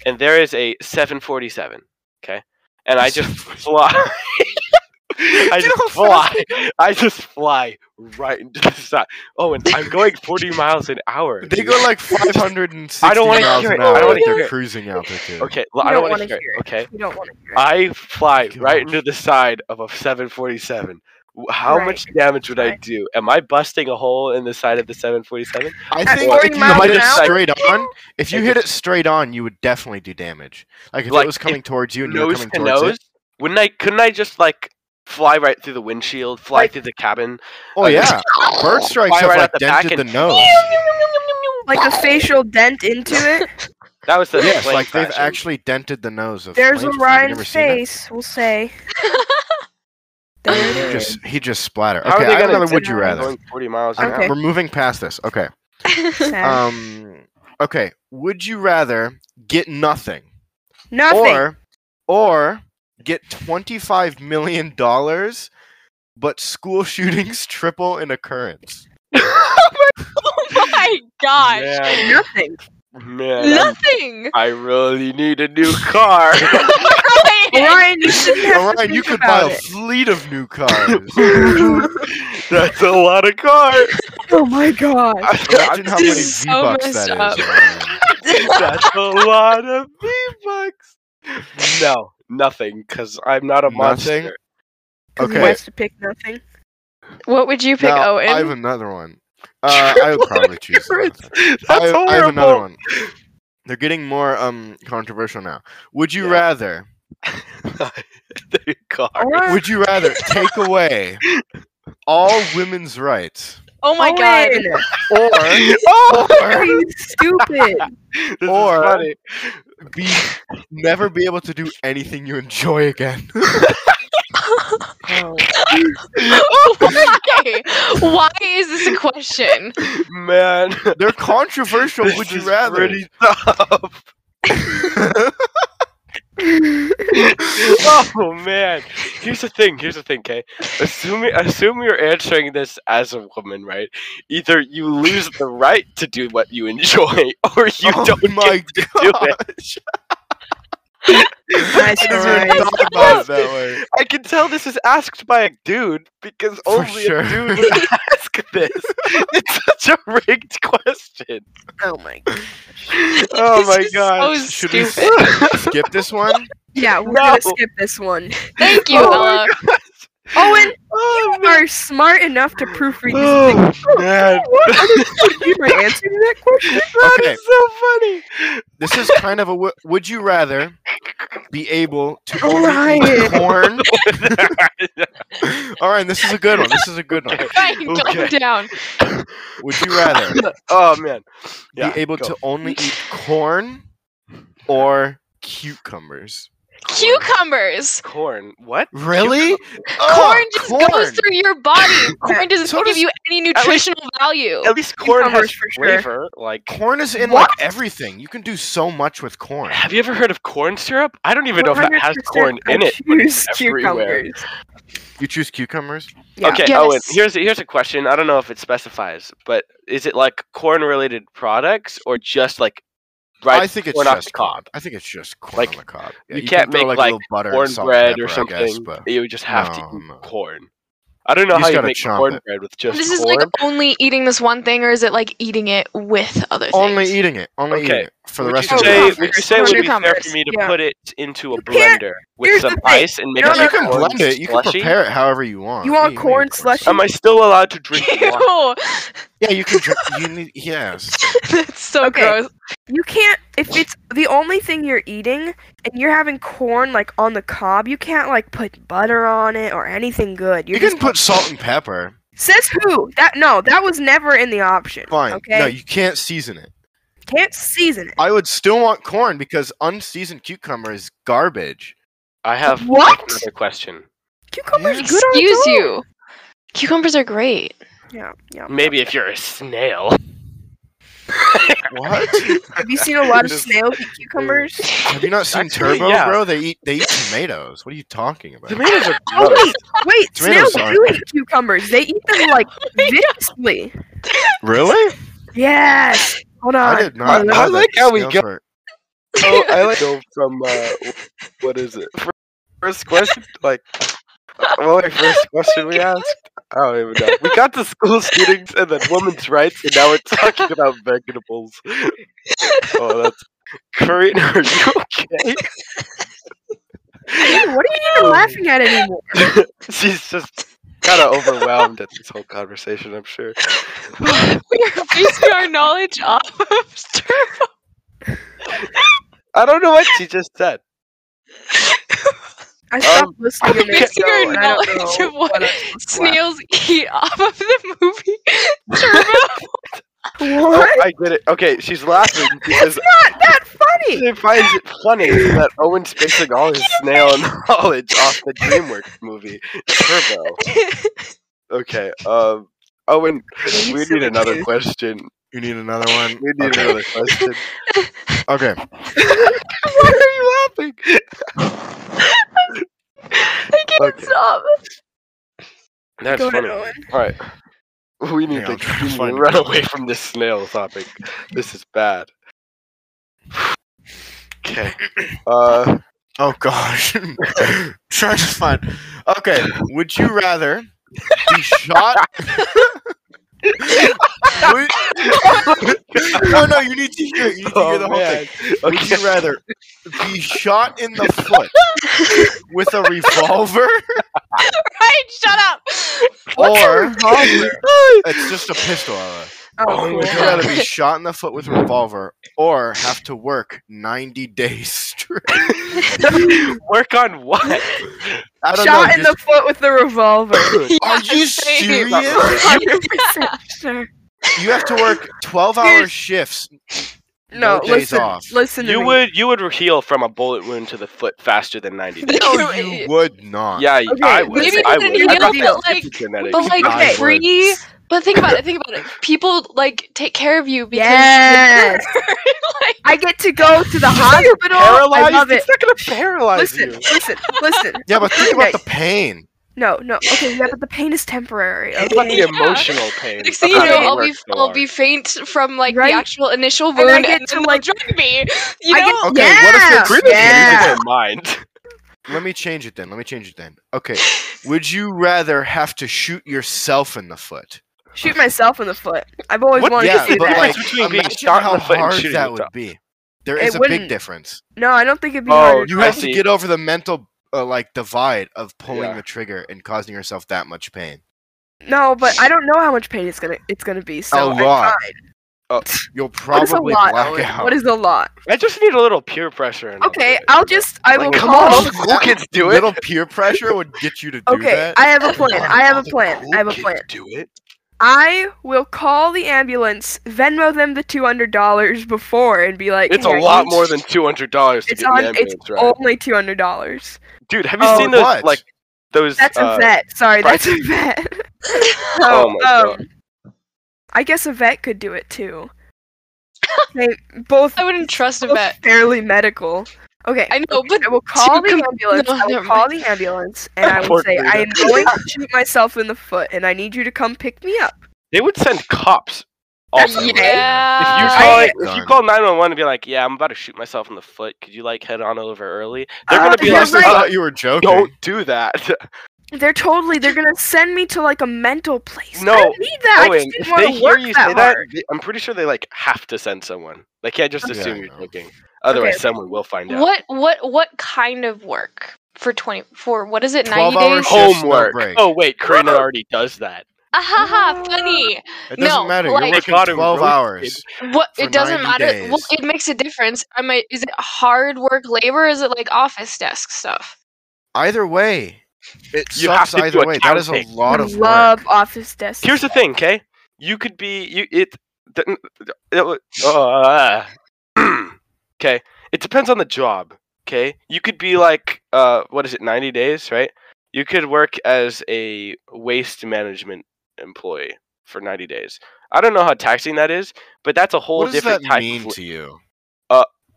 S2: and there is a 747, okay, and I just fly, I
S3: Do you
S2: just
S3: know how
S2: fly, I just fly right into the side. Oh, and I'm going 40 miles an hour.
S3: They
S2: dude.
S3: go like 560
S2: I don't wanna
S3: miles
S2: hear
S3: an
S2: it. I
S3: hour
S2: don't wanna
S3: at their
S2: hear it.
S3: cruising altitude.
S2: okay, well,
S4: You
S2: I don't
S4: don't
S2: want to
S4: wanna
S2: hear
S4: hear
S2: it. Okay,
S4: you don't want to hear it.
S2: I fly right
S3: Gosh.
S2: into the side of a 747. W- How
S4: Right.
S2: much damage would I
S4: Right.
S2: do? Am I busting a hole in the side of the 747?
S3: I
S4: At
S3: think
S4: forty
S3: if you
S4: miles
S3: hit
S2: an
S3: it
S2: hour?
S3: straight on, if you
S2: If
S3: hit it straight on, you would definitely do damage. Like if
S2: Like,
S3: it was coming towards you and you were
S2: nose
S3: coming
S2: to
S3: towards
S2: nose?
S3: it.
S2: Wouldn't I? Couldn't I just like fly right through the windshield, fly
S4: Like-
S2: through the cabin?
S3: Oh
S2: Like,
S3: yeah, bird strikes
S2: fly
S3: have
S2: right
S3: like
S2: out the back
S3: dented the
S2: and-
S3: nose.
S4: Like a facial dent into it.
S2: That was the
S3: Yes,
S2: plane
S3: like they've
S2: crashing.
S3: actually dented the nose of.
S4: There's
S3: planes before. You've never
S4: Orion's
S3: seen it?
S4: face. We'll say. there it
S3: He
S4: is.
S3: just he just splatter.
S2: How are
S3: Okay,
S2: they
S3: I have
S2: gonna
S3: another would you
S4: deny
S3: rather.
S2: Going Forty miles an
S3: I-
S4: Okay.
S2: hour.
S3: We're moving past this. Okay.
S4: Sad.
S3: Um. Okay. Would you rather get nothing,
S4: Nothing.
S3: or or get twenty five million dollars, but school shootings triple in occurrence?
S5: oh my gosh.
S2: Man,
S4: Nothing.
S2: man, I'm-
S5: Nothing.
S2: I really need a new car.
S5: Right.
S4: Orion, you shouldn't have
S3: All
S4: to
S3: right,
S4: think
S3: you could buy
S4: about
S3: a
S4: it.
S3: fleet of new cars.
S2: That's a lot of cars.
S4: Oh my god.
S3: Imagine how
S5: This
S3: many
S5: is
S3: V
S5: so
S3: bucks
S5: messed
S3: that
S5: up.
S3: is. Ryan.
S2: That's a lot of V bucks. No, nothing, because I'm not a
S3: Nothing?
S2: monster.
S4: 'Cause he
S3: Okay.
S4: wants to pick nothing.
S5: what would you pick,
S3: Now,
S5: Owen?
S3: I have another one. Uh, I would probably choose. the
S2: That's
S3: monster. I,
S2: horrible.
S3: I have another one. They're getting more um controversial now. Would you
S2: Yeah.
S3: rather?
S2: The car.
S4: Or-
S3: Would you rather take away all women's rights,
S5: oh my god.
S4: Owen,
S3: or
S4: Are
S3: or
S4: you stupid?
S2: This
S3: Or-
S2: is funny.
S3: be never be able to do anything you enjoy again?
S4: Oh,
S5: Why? Why is this a question?
S2: Man,
S3: They're controversial.
S2: this
S3: would you
S2: is
S3: rather?
S2: Pretty tough. oh man. Here's the thing. Here's the thing, Kay. Assuming assume you're answering this as a woman, right? Either you lose the right to do what you enjoy, or you
S3: oh
S2: don't
S3: my
S2: get to do it.
S3: gosh.
S4: Nice
S3: I never even
S4: try.
S3: thought about it that way.
S2: I can tell this is asked by a dude because
S3: For
S2: only
S3: sure.
S2: a dude would ask this. It's such a rigged question.
S4: Oh my
S2: Oh
S5: This
S2: my
S5: is
S2: gosh.
S5: So
S3: Should we-
S5: stupid.
S3: Skip this one.
S4: Yeah, we're
S2: No.
S4: gonna skip this one.
S5: Thank you,
S2: Oh my
S5: Ella.
S4: Owen,
S2: oh,
S4: you are smart enough to proofread this thing.
S2: Oh, man.
S4: What other you were answering that question?
S2: That
S3: Okay.
S2: is so funny.
S3: This is kind of a. wo- Would you rather be able to only eat
S4: Orion.
S3: corn? All right, this is a good one. This is a good one.
S5: Ryan, calm
S2: Okay.
S5: down.
S3: Would you rather
S2: oh man. Yeah,
S3: be able
S2: go.
S3: to only eat corn or cucumbers?
S5: Cucumbers.
S2: corn? What?
S3: Really?
S2: Ah, Oh,
S5: corn just goes through your body. Corn doesn't
S3: So
S5: give
S3: does-
S5: you any nutritional value.
S2: At least corn has
S4: Cucumbers for sure.
S2: flavor. Like,
S3: Corn is in
S2: What?
S3: like everything. You can do so much with corn.
S2: have you ever heard of corn syrup? I don't even know if that has
S4: 100%
S2: corn
S4: I
S2: in it. but it's
S4: choose
S2: everywhere.
S4: cucumbers.
S3: You choose cucumbers?
S4: Yeah.
S2: Okay, Owen.
S5: Yes.
S2: Here's a, here's a question. I don't know if it specifies, but is it like corn-related products or just like
S3: I
S2: right
S3: think it's
S2: corn off the
S3: just
S2: cob?
S3: I think it's just corn
S2: Like,
S3: on the cob.
S2: you can't
S3: can throw,
S2: make,
S3: like, a
S2: like,
S3: little butter and salt and
S2: Cornbread or
S3: pepper, I guess,
S2: something.
S3: but-
S2: You would just have
S3: No,
S2: to eat
S3: no.
S2: corn. I don't know
S3: You
S2: how
S3: just
S2: you
S3: gotta
S2: make
S3: chomp it.
S2: cornbread with just
S5: this is
S2: corn.
S5: like only eating this one thing, or is it like eating it with other things?
S3: Only eating it. Only
S2: Okay.
S3: eating it for the
S2: would,
S3: rest
S2: you
S3: of the
S2: say,
S5: Cornbread.
S2: would you
S5: Cornbread.
S2: say it would be fair
S5: Cornbread.
S2: for me to
S4: Yeah.
S2: put it into a
S4: can't-
S2: blender with
S4: here's
S2: some
S4: the thing.
S2: ice and make
S4: No,
S2: it
S3: You
S4: no,
S2: like
S3: can
S2: corn
S3: blend it. You can
S2: slushy?
S3: prepare it however you want.
S4: You
S3: What
S4: want
S3: do mean,
S4: corn
S3: of course?
S4: slushy?
S2: Am I still allowed to drink water?
S5: Ew.
S3: Yeah, you can. Drink, you need. Yes.
S5: That's so
S4: Okay.
S5: gross.
S4: You can't if it's the only thing you're eating and you're having corn like on the cob. You can't like put butter on it or anything good. You're
S3: You
S4: just
S3: can put salt and pepper.
S4: says who that no that was never in the option.
S3: Fine.
S4: Okay,
S3: No, you can't season it.
S4: can't season it.
S3: I would still want corn because unseasoned cucumber is garbage.
S2: I have
S4: What?
S2: another question.
S4: Cucumbers
S3: Yeah.
S4: good on its
S5: Excuse
S4: own.
S5: you. Cucumbers are great.
S4: Yeah, yeah.
S2: Maybe if you're a snail.
S3: What?
S4: Have you seen a lot of
S3: Just-
S4: snails eat cucumbers?
S3: Have you not seen
S2: Actually,
S3: Turbo,
S2: yeah.
S3: bro? They eat. They eat tomatoes. What are you talking about?
S2: Tomatoes are
S4: Oh
S2: gross.
S4: wait, wait.
S3: Tomatoes
S4: snails
S3: aren't-
S4: do eat cucumbers. They eat them like viciously.
S3: Really?
S4: Yes. Hold on.
S3: I did not.
S2: I-
S3: know
S2: Oh I
S3: that
S2: like how we
S3: snails
S2: go-
S3: were-
S2: Oh, I like go from uh, what is it? Fir- First question, like uh, what was the
S4: Oh
S2: first question we asked? I don't even know. We got to school shootings and then women's rights, and now we're talking about vegetables. oh, that's Corinne, are you okay?
S4: Hey, what are you even laughing at anymore?
S2: She's just kind of overwhelmed at this whole conversation. I'm sure.
S5: we are basing our knowledge off of Star-
S2: I don't know what she just said.
S4: I stopped
S2: Um,
S4: listening to
S2: okay.
S4: this
S5: basing
S4: show,
S5: our
S4: and I don't
S5: knowledge
S4: know
S5: of what
S4: I'm supposed to laugh
S5: snails eat off of the movie Turbo.
S4: What?
S2: Oh, I get it. Okay, she's laughing because
S4: Not that funny.
S2: She finds it funny that Owen's basing all his snail knowledge off the DreamWorks movie Turbo. Okay, um, Owen,
S4: Maybe
S2: we
S4: so
S2: need another
S4: too.
S2: question.
S3: You need another one.
S2: We need
S3: okay.
S2: another question.
S3: Okay.
S2: Why are you laughing?
S5: I can't
S2: Okay.
S5: stop.
S2: That's
S4: Go ahead,
S2: funny.
S4: Owen.
S2: All right, we need
S3: Hang on, I'm trying to
S2: to, we need to
S3: find-
S2: run away from this snail topic. This is bad. Okay. Uh,
S3: Oh gosh. Trying to find. Okay. Would you rather be shot? Would- Oh, no, no. You need to hear. it, You need to hear
S2: oh,
S3: the whole thing.
S2: man.
S3: Would you
S2: Okay.
S3: rather be shot in the foot with a revolver,
S5: Ryan, shut up.
S3: or
S4: Revolver.
S3: it's just a pistol? Ella.
S4: Oh,
S2: Oh my
S4: cool.
S3: Would you rather be shot in the foot with a revolver, or have to work ninety days straight?
S2: Work on what?
S3: I don't
S4: Shot
S3: know.
S4: in
S3: just-
S4: the foot with the revolver.
S3: Are you
S5: same.
S3: serious?
S4: 100% sure.
S3: you have to work twelve-hour shifts.
S4: No,
S3: days
S4: listen.
S3: off.
S4: Listen to
S2: You
S4: me.
S2: would you would heal from a bullet wound to the foot faster than ninety days.
S3: No, you would not.
S2: Yeah, I
S4: Okay,
S2: would.
S5: maybe
S2: I
S5: you
S2: would.
S5: didn't
S2: I
S4: heal,
S2: got
S4: but
S2: that
S5: like-
S2: stupid genetics.
S5: But like
S3: I would.
S5: free. But think about it. Think about it. People like take care of you because you're
S4: Yes.
S5: like,
S4: I get to go to the
S2: You're
S4: hospital. I
S2: paralyzed.
S4: love it.
S2: It's not gonna paralyze
S4: Listen,
S2: you.
S4: listen, listen.
S3: Yeah, but think about
S4: Okay.
S3: the pain.
S4: No, no. Okay, yeah, but the pain is temporary.
S2: It's like
S4: Okay?
S2: the emotional pain.
S5: Next thing you
S2: That's
S5: know,
S2: how it
S5: I'll be
S2: works,
S5: I'll
S2: Laura.
S5: be faint from like
S4: Right?
S5: the actual initial
S4: I
S5: wound, and,
S4: get
S5: then
S4: to,
S5: they'll
S4: like-
S5: drug me. You
S4: I
S5: know,
S4: get-
S3: Okay, what if
S4: Yeah.
S3: they're
S2: Creepy
S3: creeping?
S2: yeah.
S4: Yeah.
S2: their mind.
S3: Let me change it then. Let me change it then. Okay. Would you rather have to shoot yourself in the foot?
S4: Shoot myself in the foot. I've always wanted
S3: yeah,
S4: to do
S3: but
S4: that.
S3: like,
S2: Difference between being
S3: imagine
S2: shot in
S3: how
S2: the foot and
S3: hard
S2: shooting
S3: that
S2: yourself.
S3: would be. There
S4: It
S3: is a
S4: wouldn't.
S3: big difference.
S4: no, I don't think it'd be
S2: Oh,
S4: hard.
S3: You
S2: I
S3: have to
S2: see.
S3: get over the mental uh, like divide of pulling
S2: Yeah.
S3: the trigger and causing yourself that much pain.
S4: No, but I don't know how much pain it's gonna it's gonna be. So
S3: A
S4: I'm
S3: lot.
S4: fine.
S3: You'll
S4: What is a
S3: probably
S4: lot?
S3: black
S4: Owen?
S3: out.
S4: What is a lot?
S2: I just need a little peer pressure. and I'll do
S4: Okay,
S2: it.
S4: I'll just I will
S2: Like, come on,
S4: call.
S2: all the cool kids do it.
S3: Little peer pressure would get you to do
S4: Okay,
S3: that.
S4: I have a plan.
S2: Come on,
S4: I have
S2: all
S4: a
S2: the
S4: plan.
S2: cool
S4: I have a
S2: kids
S4: plan.
S2: Do it.
S4: I will call the ambulance, Venmo them the two hundred dollars before, and be like,
S2: It's
S4: "Hey, I
S2: a lot
S4: need-
S2: more than two hundred dollars to
S4: It's
S2: get an
S4: on- it's
S2: ambulance, right?
S4: Only two hundred dollars.
S2: Dude, have you
S4: Oh,
S2: seen those
S3: what?
S2: like those?
S4: That's a
S2: uh,
S4: vet. Sorry, that's a vet.
S2: Oh
S4: So,
S2: my god.
S4: um, I guess a vet could do it too. they both
S5: I wouldn't trust a
S4: both
S5: vet.
S4: fairly medical. Okay,
S5: I know, but
S4: I will call the
S5: com-
S4: ambulance.
S5: no,
S4: I will
S5: never
S4: call the ambulance, and I will
S2: Poor
S4: say,
S2: Karina.
S4: "I am going to shoot myself in the foot, and I need you to come pick me up."
S2: They would send cops.
S4: That's
S2: Also,
S4: okay.
S2: if you
S5: yeah.
S2: call
S4: I-
S2: it, if you call nine one one and be like, "Yeah, I'm about to shoot myself in the foot. Could you like head on over early?" They're
S4: Uh,
S2: gonna be
S4: you're
S2: like,
S3: Unless they
S4: right.
S2: "Uh,
S3: thought you were joking.
S2: "Don't do that."
S4: They're totally. They're gonna send me to like a mental place. I
S2: No,
S4: don't need that. I just
S2: Owen, Oh,
S4: didn't
S2: if
S4: want
S2: they
S4: to
S2: hear
S4: work
S2: you
S4: that
S2: say that,
S4: hard.
S2: they- I'm pretty sure they like have to send someone. They can't just
S3: Yeah,
S2: assume
S3: I
S2: you're
S3: know.
S2: drinking. Otherwise,
S4: okay.
S2: someone will find out.
S5: What what what kind of work for twenty for what is it
S3: 12
S5: ninety
S3: hour
S5: days?
S3: shift. Shifts, no
S2: Homework.
S3: break.
S2: Oh wait, Karina already does that.
S5: Ahaha, funny.
S3: It doesn't
S5: No,
S3: matter.
S5: like-
S3: You're working
S2: Got him
S3: 12
S2: roasted.
S3: hours.
S5: What
S3: For
S5: it doesn't
S3: 90
S5: matter. Well,
S3: days.
S5: it makes a difference. I mean, is it hard work labor? Or is it like office desk stuff?
S3: Either way, it
S2: You have
S3: sucks
S2: to do
S3: either way. That is a
S2: accounting.
S3: lot
S4: I
S3: of
S4: love
S3: work.
S4: office desk.
S2: Here's the thing, okay? You could be you it. th- it uh, okay, it depends on the job. Okay, you could be like uh, what is it, ninety days, right? You could work as a waste management employee for ninety days. I don't know how taxing that is, but that's a whole
S3: What does that
S2: different type
S3: mean
S2: of
S3: to you?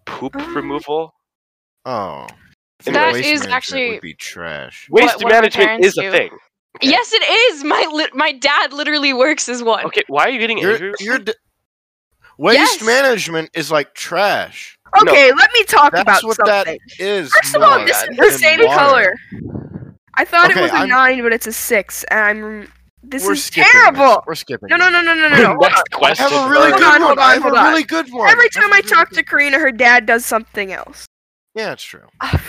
S2: poop
S4: Um,
S2: removal.
S3: Oh. I think
S5: That
S3: waste
S5: is
S3: management
S5: actually-
S3: would be trash.
S5: What-
S2: Waste
S5: what my
S2: management
S5: parents
S2: is a
S5: do.
S2: thing. Okay.
S5: Yes, it is. My li- my dad literally works as one.
S2: Okay, why are you getting
S3: You're,
S2: angry?
S3: you're d- waste
S5: Yes.
S3: management is like trash.
S2: No.
S4: Okay, let me talk
S3: That's
S4: about
S3: what that
S4: something.
S3: Is
S4: First of all,
S3: more
S4: this is the
S3: than
S4: same
S3: water.
S4: color. I thought
S3: Okay,
S4: it was a
S3: I'm-
S4: nine, but it's a six, and I'm. This
S3: We're
S4: is
S3: skipping this.
S4: terrible.
S3: We're skipping.
S4: No, no,
S3: this.
S4: no, no, no, no. Hold
S2: Next
S4: on.
S3: I
S2: question.
S3: have a really
S2: Ernie.
S3: good
S4: on, hold on,
S3: one. I have a
S4: hold on.
S3: really good one.
S4: Every time I
S3: have a really
S4: talk
S3: good-
S4: to Karina, her dad does something else.
S3: yeah, it's true.
S5: Oh,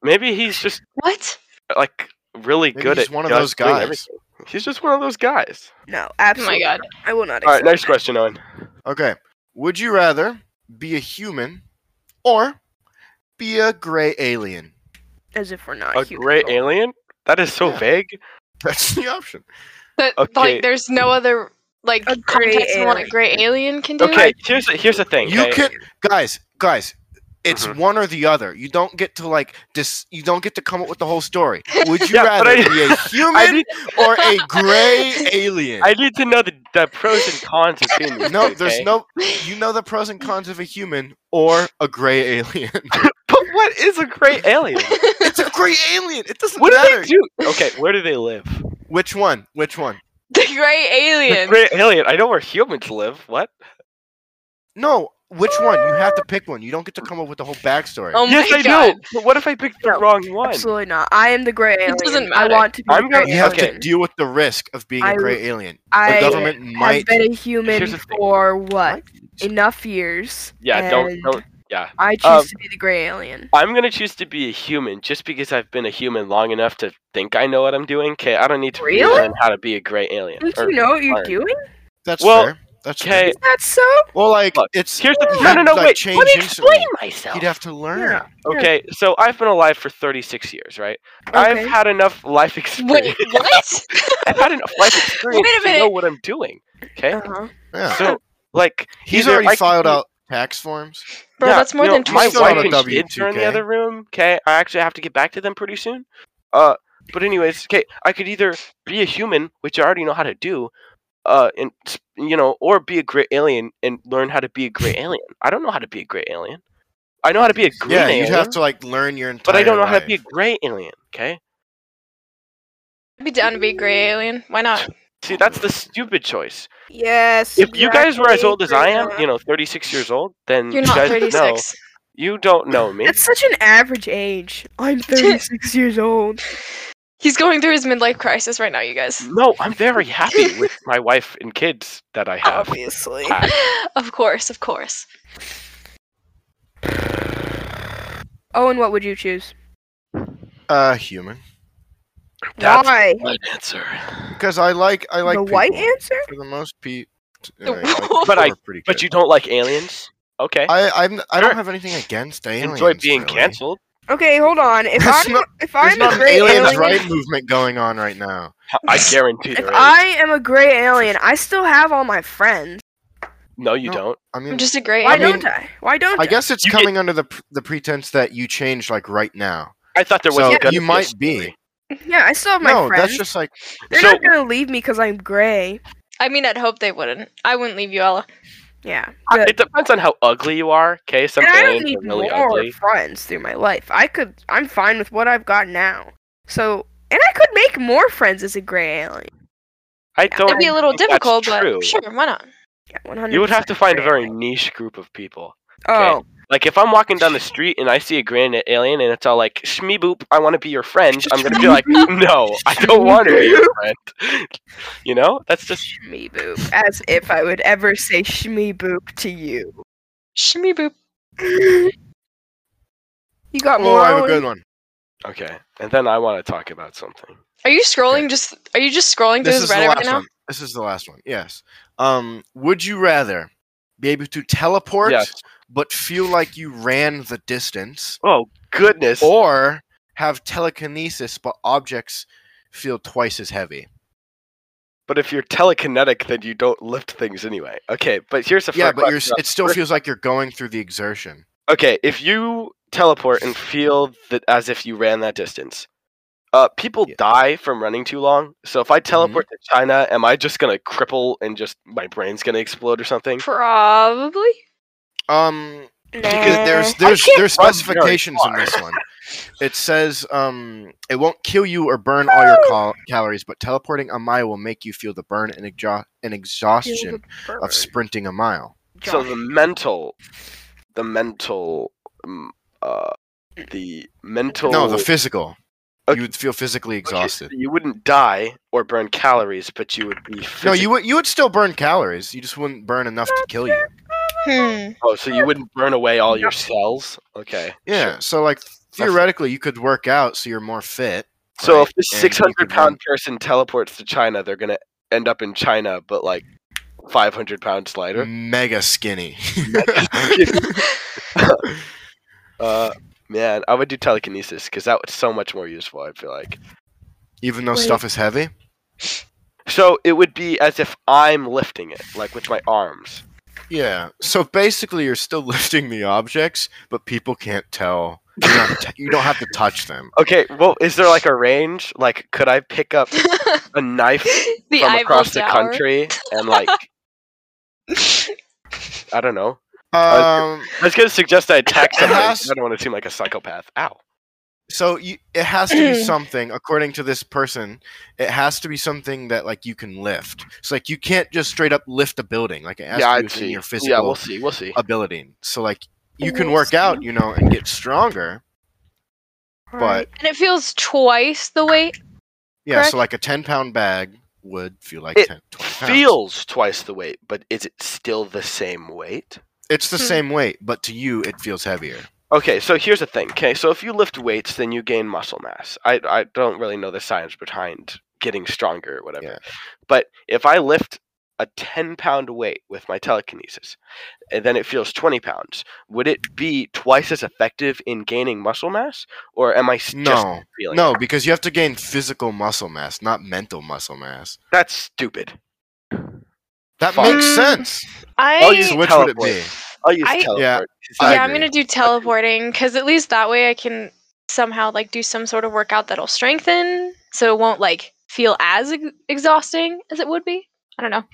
S2: Maybe he's just
S5: What?
S2: like really
S3: Maybe
S2: good
S3: he's
S2: at
S3: one of
S2: just
S3: those
S2: doing
S3: guys.
S2: everything. He's just one of those guys.
S4: No,
S5: Oh my
S4: absolutely.
S5: god.
S4: I will not.
S2: All right,
S4: Accept
S2: next question, Owen.
S3: Okay. Would you rather be a human or be a gray alien?
S4: As if we're not.
S2: A
S4: human.
S2: gray alien? That is so
S3: Yeah.
S2: vague.
S3: That's the option.
S5: But
S2: Okay.
S5: like, there's no other like
S4: A gray
S5: context on what a
S4: alien.
S5: gray alien can do.
S2: Okay, here's the, here's the thing.
S3: You
S2: okay?
S3: can, guys, guys. It's
S2: Mhm.
S3: one or the other. You don't get to like dis- You don't get to come up with the whole story. Would you
S2: Yeah, but
S3: rather
S2: I-
S3: be a
S2: I
S3: human
S2: need,
S3: or a gray alien?
S2: I need to know the, the pros and cons of being this
S3: no,
S2: way,
S3: there's
S2: okay?
S3: no. You know the pros and cons of a human or a gray alien.
S2: But what is a gray alien?
S3: it's a gray alien. It doesn't
S2: What do
S3: matter.
S2: they do? Okay, where do they live?
S3: Which one? Which one?
S5: The gray
S2: The
S5: alien.
S2: gray alien. I know where humans live. What?
S3: No, which one? You have to pick one. You don't get to come up with the whole backstory.
S5: Oh
S2: yes,
S5: my
S2: I
S5: god.
S2: know. But what if I picked the
S4: No,
S2: wrong one?
S4: Absolutely not. I am the gray alien.
S5: doesn't
S4: I
S5: matter.
S4: want to be
S2: I'm
S4: a gray
S2: gonna-
S3: You have
S2: okay.
S3: to
S4: alien.
S3: deal with the risk of being a
S4: I-
S3: gray alien. The
S4: I
S3: government
S4: have
S3: might.
S4: been a human
S2: Here's the thing.
S4: for what
S3: might-
S4: enough years.
S2: Yeah, don't
S4: and
S2: don't. Yeah,
S4: I choose
S2: um,
S4: to be the gray alien.
S2: I'm gonna choose to be a human just because I've been a human long enough to think I know what I'm doing. Okay, I don't need to
S4: Really?
S2: learn how to be a gray alien.
S4: Don't
S2: Or-
S4: you know what you're
S2: iron.
S4: doing?
S3: That's
S2: Well,
S3: fair. That's
S2: okay,
S3: fair.
S4: Is that so?
S3: Well, like
S2: Look,
S3: it's
S2: Here's the
S3: you'd,
S2: no, no, no.
S3: like,
S2: Wait,
S3: change
S2: let me
S3: instantly.
S2: explain myself.
S3: You'd have to learn.
S4: Yeah.
S2: Okay, so I've been alive for 36 years, right? I've
S4: Okay.
S2: had enough life
S5: Wait,
S2: experience.
S5: what?
S2: I've had enough life experience
S5: Wait a
S2: to know
S5: minute.
S2: what I'm doing. Okay,
S4: Uh-huh.
S3: Yeah.
S2: so like
S3: He's
S2: either I
S3: already
S2: could
S3: filed
S2: be-
S3: out tax forms.
S5: Bro,
S2: yeah,
S5: that's more
S2: you
S5: than
S2: know,
S5: two
S2: my
S3: still on
S2: wife
S3: a
S2: and
S3: W
S2: kids are in
S3: 2K.
S2: the other room. Okay, I actually have to get back to them pretty soon. Uh, but anyways, okay, I could either be a human, which I already know how to do, uh, and s- you know, or be a great alien and learn how to be a great alien. I don't know how to be a great alien. I know how to be a green
S3: Yeah,
S2: alien,
S3: you'd have to like learn your entire.
S2: but I don't know how to be a
S3: life.
S2: gray alien. Okay,
S5: I'd be down to be a gray alien. Why not?
S2: see, that's the stupid choice.
S4: Yes.
S2: If you guys were as old as I am,
S4: Karina.
S2: you know, 36 years old, then
S5: You're
S2: you
S5: not
S2: guys would know
S5: 36.
S2: you don't know me.
S4: That's such an average age. I'm 36 years old.
S5: He's going through his midlife crisis right now, you guys.
S2: No, I'm very happy with my wife and kids that I have.
S4: Obviously.
S2: Wow.
S5: of course, of course.
S4: Oh, and what would you choose?
S3: uh, human
S2: That's
S4: Why?
S2: my answer.
S3: because I like I like
S4: the white
S3: people.
S4: answer?
S3: for the most uh, people.
S5: The-
S2: But I-
S3: pretty
S2: But
S3: good.
S2: you don't like aliens? Okay.
S3: I I'm, I don't
S2: Sure.
S3: have anything against aliens.
S2: Enjoy being
S3: really.
S2: canceled.
S4: Okay, hold on. If
S3: There's
S4: I'm
S3: no-
S4: if
S3: There's
S4: I'm
S3: not
S4: a
S3: an
S4: gray
S3: aliens
S4: alien,
S3: right movement going on right now.
S2: I guarantee
S4: if
S2: there is.
S4: I am a gray alien, I still have all my friends.
S2: No, you
S3: No.
S2: don't.
S3: I mean,
S5: I'm just a gray
S4: Why
S3: I
S5: alien.
S3: mean-
S4: don't I? Why don't
S3: I guess it's
S2: You
S3: coming under the pr- the pretense that you change like right now.
S2: I thought there was
S3: so
S2: a gonna
S3: you
S2: be a
S3: might
S2: story.
S3: be.
S4: Yeah, I still have my
S3: no,
S4: friends.
S3: that's just like
S4: They're
S2: So-
S4: not gonna leave me because I'm gray.
S5: I mean, I'd hope they wouldn't. I wouldn't leave you, Ella.
S4: Yeah.
S2: I-
S4: But-
S2: It depends on how ugly you are. Okay, some
S4: and I don't
S2: aliens
S4: need
S2: are really
S4: more
S2: ugly.
S4: friends through my life. I could. I'm fine with what I've got now. So, and I could make more friends as a gray alien.
S2: I don't.
S5: It'd be a little
S2: think that's
S5: difficult,
S2: true.
S5: but sure, why not?
S4: Yeah, 100.
S2: You would have to find a very niche group of people.
S4: Oh,
S2: Like if I'm walking down the street and I see a granite alien and it's all like shmee boop, I want to be your friend. I'm gonna be like, no, I don't want to be your friend. you know, that's just
S4: Shmee boop. As if I would ever say shmee boop to you.
S5: Shimmy boop.
S4: You got
S3: Oh,
S4: more.
S3: I have a good one.
S2: okay. And then I want to talk about something.
S5: Are you scrolling just are you just scrolling through
S3: This is
S5: this,
S3: the
S5: Reddit
S3: last
S5: right now?
S3: one. This is the last one. Yes. Um, would you rather be able to teleport
S2: Yes.
S3: but feel like you ran the distance,
S2: Oh goodness.
S3: or have telekinesis but objects feel twice as heavy?
S2: But if you're telekinetic, then you don't lift things anyway. Okay, but here's the
S3: yeah,
S2: first
S3: but you're, s-
S2: question.
S3: it still
S2: First-
S3: feels like you're going through the exertion.
S2: okay, if you teleport and feel that as if you ran that distance, uh, people
S3: Yeah. Mm-hmm.
S2: die from running too long. So if I teleport to China, am I just gonna cripple and just my brain's gonna explode or something?
S5: Probably.
S3: Um,
S2: Nah.
S4: Eh,
S3: because there's there's there's specifications in this one. It says um, it won't kill you or burn all your cal- calories, but teleporting a mile will make you feel the burn and, exha- and exhaustion of sprinting a mile.
S2: So the mental, the mental, um, uh, the mental.
S3: No, the physical.
S2: Okay.
S3: You would feel physically
S2: Okay, so
S3: exhausted.
S2: you wouldn't die or burn calories, but you would be. Physic-
S3: No, you would you would still burn calories. You just wouldn't burn enough to kill you.
S5: Hmm.
S2: Oh, so you wouldn't burn away all your cells. Okay.
S3: Yeah. So like theoretically, you could work out so you're more fit.
S2: So
S3: Right,
S2: if this
S3: and you
S2: 600
S3: could run-
S2: pound person teleports to China, they're gonna end up in China, but like 500 pounds lighter.
S3: Mega skinny. Mm.
S2: uh, man, I would do telekinesis because that was so much more useful. I feel like.
S3: Even though
S4: Wait.
S3: stuff is heavy.
S2: So it would be as if I'm lifting it, like with my arms.
S3: Yeah. So basically, you're still lifting the objects, but people can't tell. You're not t- you don't have to touch them.
S2: Okay, well, is there like a range? Like, could I pick up a knife
S5: the
S2: from
S5: Eiffel
S2: across the
S5: Tower.
S2: country and like I don't know.
S3: Um.
S2: I was gonna suggest I attack
S3: It
S2: something.
S3: has-
S2: I don't want to seem like a psychopath. Ow.
S3: So you, it has to be something, according to this person, it has to be something that like you can lift. It's like you can't just straight up lift a building. Like it has
S2: yeah,
S3: to be
S2: I'd
S3: within
S2: see.
S3: your physical
S2: yeah, we'll see. We'll see.
S3: ability. So like you can
S5: We'll
S3: work
S5: see.
S3: out, you know, and get stronger. But
S5: And it feels twice the weight.
S3: yeah,
S5: Correct.
S3: so like a ten pound bag would feel like
S2: It
S3: 10, 20 pounds.
S2: Feels twice the weight, but is it still the same weight?
S3: It's the
S5: Hmm.
S3: same weight, but to you it feels heavier.
S2: Okay, so here's the thing. Okay, so if you lift weights, then you gain muscle mass. I I don't really know the science behind getting stronger or whatever.
S3: Yeah.
S2: But if I lift a 10 pound weight with my telekinesis, and then it feels 20 pounds, would it be twice as effective in gaining muscle mass, or am I s- just
S3: No.
S2: feeling?
S3: No, because you have to gain physical muscle mass, not mental muscle mass.
S2: that's stupid.
S3: That
S2: Fuck.
S3: makes
S5: Mm.
S3: sense.
S5: I
S2: I'll use
S3: So which would it
S2: teleport.
S3: be?
S2: I'll use
S5: I-
S2: teleport.
S3: Yeah,
S2: 'cause
S3: I
S5: yeah, I'm
S3: agree.
S5: gonna do teleporting because at least that way I can somehow like do some sort of workout that'll strengthen, so it won't like feel as ex- exhausting as it would be. I don't know.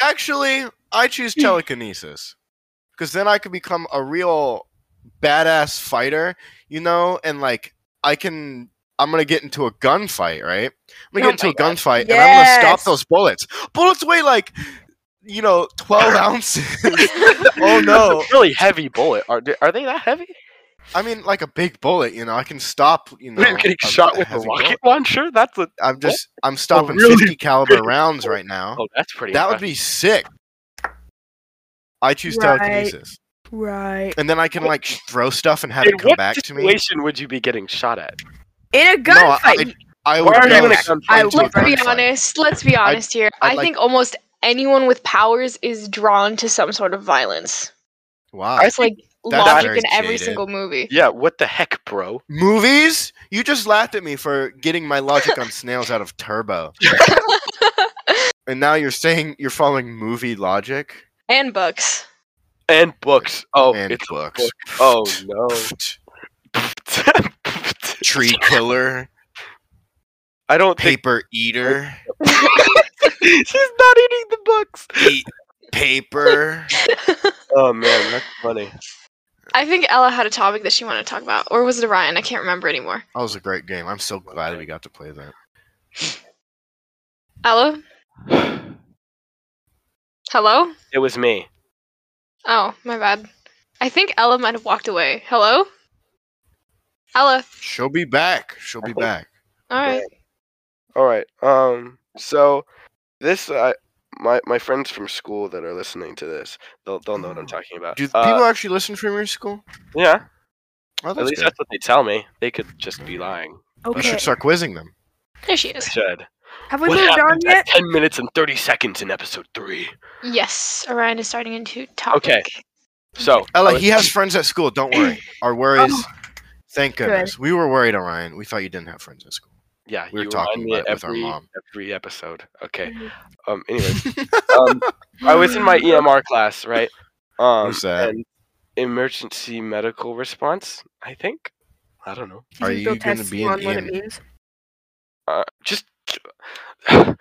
S3: Actually, I choose telekinesis because then I could become a real badass fighter, you know, and like I can. I'm gonna get into a gunfight, right? I'm gonna
S5: Oh
S3: get into
S5: my
S3: a gunfight, and I'm gonna stop
S4: Yes.
S3: those bullets. Bullets weigh like, you know, twelve ounces. oh no!
S2: Really heavy bullet. Are they, are they that heavy?
S3: I mean, like a big bullet, you know. I can stop, you know.
S2: Are you getting
S3: a-
S2: shot
S3: a
S2: with a
S3: heavy
S2: rocket
S3: bullet.
S2: launcher? That's a,
S3: I'm just, I'm stopping
S2: Oh, really
S3: 50 caliber
S2: big
S3: rounds
S2: bullet.
S3: right now.
S2: oh, that's pretty.
S3: That would be sick. I choose
S4: Right.
S3: telekinesis.
S4: Right.
S3: And then I can like sh- throw stuff and have
S2: In
S3: it come
S2: what
S3: back to me.
S2: situation would you be getting shot at?
S4: In a
S3: I-
S4: gunfight.
S2: Why
S3: I would
S2: are you
S3: go
S2: gonna
S3: s-
S2: come
S4: I
S3: into a
S5: Let's be
S3: gunfight.
S5: honest. Let's be honest here.
S3: I'd
S5: I
S3: like-
S5: think almost anyone with powers is drawn to some sort of violence.
S3: Wow.
S2: I
S5: It's like
S3: that's
S5: logic
S3: very
S5: in every
S3: jaded.
S5: single movie.
S2: Yeah, what the heck, bro?
S3: Movies? You just laughed at me for getting my logic on snails out of Turbo. and now you're saying you're following movie logic
S5: And books.
S2: And books. Oh,
S3: and
S2: it's
S3: books.
S2: book. Oh no.
S3: Tree killer,
S2: I don't think
S3: paper eater,
S2: she's not eating the books.
S3: eat paper.
S2: Oh man, that's funny.
S5: I think Ella had a topic that she wanted to talk about, or was it Orion? I can't remember anymore.
S3: That was a great game. I'm so glad we got to play that.
S5: Ella, hello.
S2: It was me.
S5: Oh, my bad. I think Ella might have walked away. Hello? Ella.
S3: She'll be back. She'll be back.
S5: All right.
S2: All right. Um. So this, I, my my friends from school that are listening to this, they'll they'll know what I'm talking about.
S3: Do th-
S2: Uh,
S3: people actually listen from your school?
S2: yeah.
S3: Oh,
S2: At
S3: that's
S2: least
S3: good.
S2: that's what they tell me. They could just be lying.
S3: You
S4: Okay.
S3: should start quizzing them.
S5: There she
S2: They
S5: is.
S2: should.
S4: Have we
S2: what
S4: moved on
S2: happened at
S4: yet?
S2: ten minutes and thirty seconds in episode three?
S5: Yes, Orion is starting into topic.
S2: Okay. So I
S3: Ella,
S2: was-
S3: Oh, he has friends at school. Don't worry. Our worries.
S2: Oh,
S3: thank
S4: good.
S3: goodness. We were worried, Orion. We thought you didn't have friends at school.
S2: yeah,
S3: we were
S2: you
S3: talking
S2: remind me
S3: about it with our
S2: every
S3: mom.
S2: every episode. Okay. Um. Anyways, um, I was in my EMR class, right? Um,
S3: What's that?
S2: and emergency medical response. I think. I don't know.
S4: Can
S3: Are
S4: Bill
S3: you gonna
S4: test
S3: be
S4: you
S3: an
S4: on what it
S3: EM?
S4: means?
S2: Uh, just let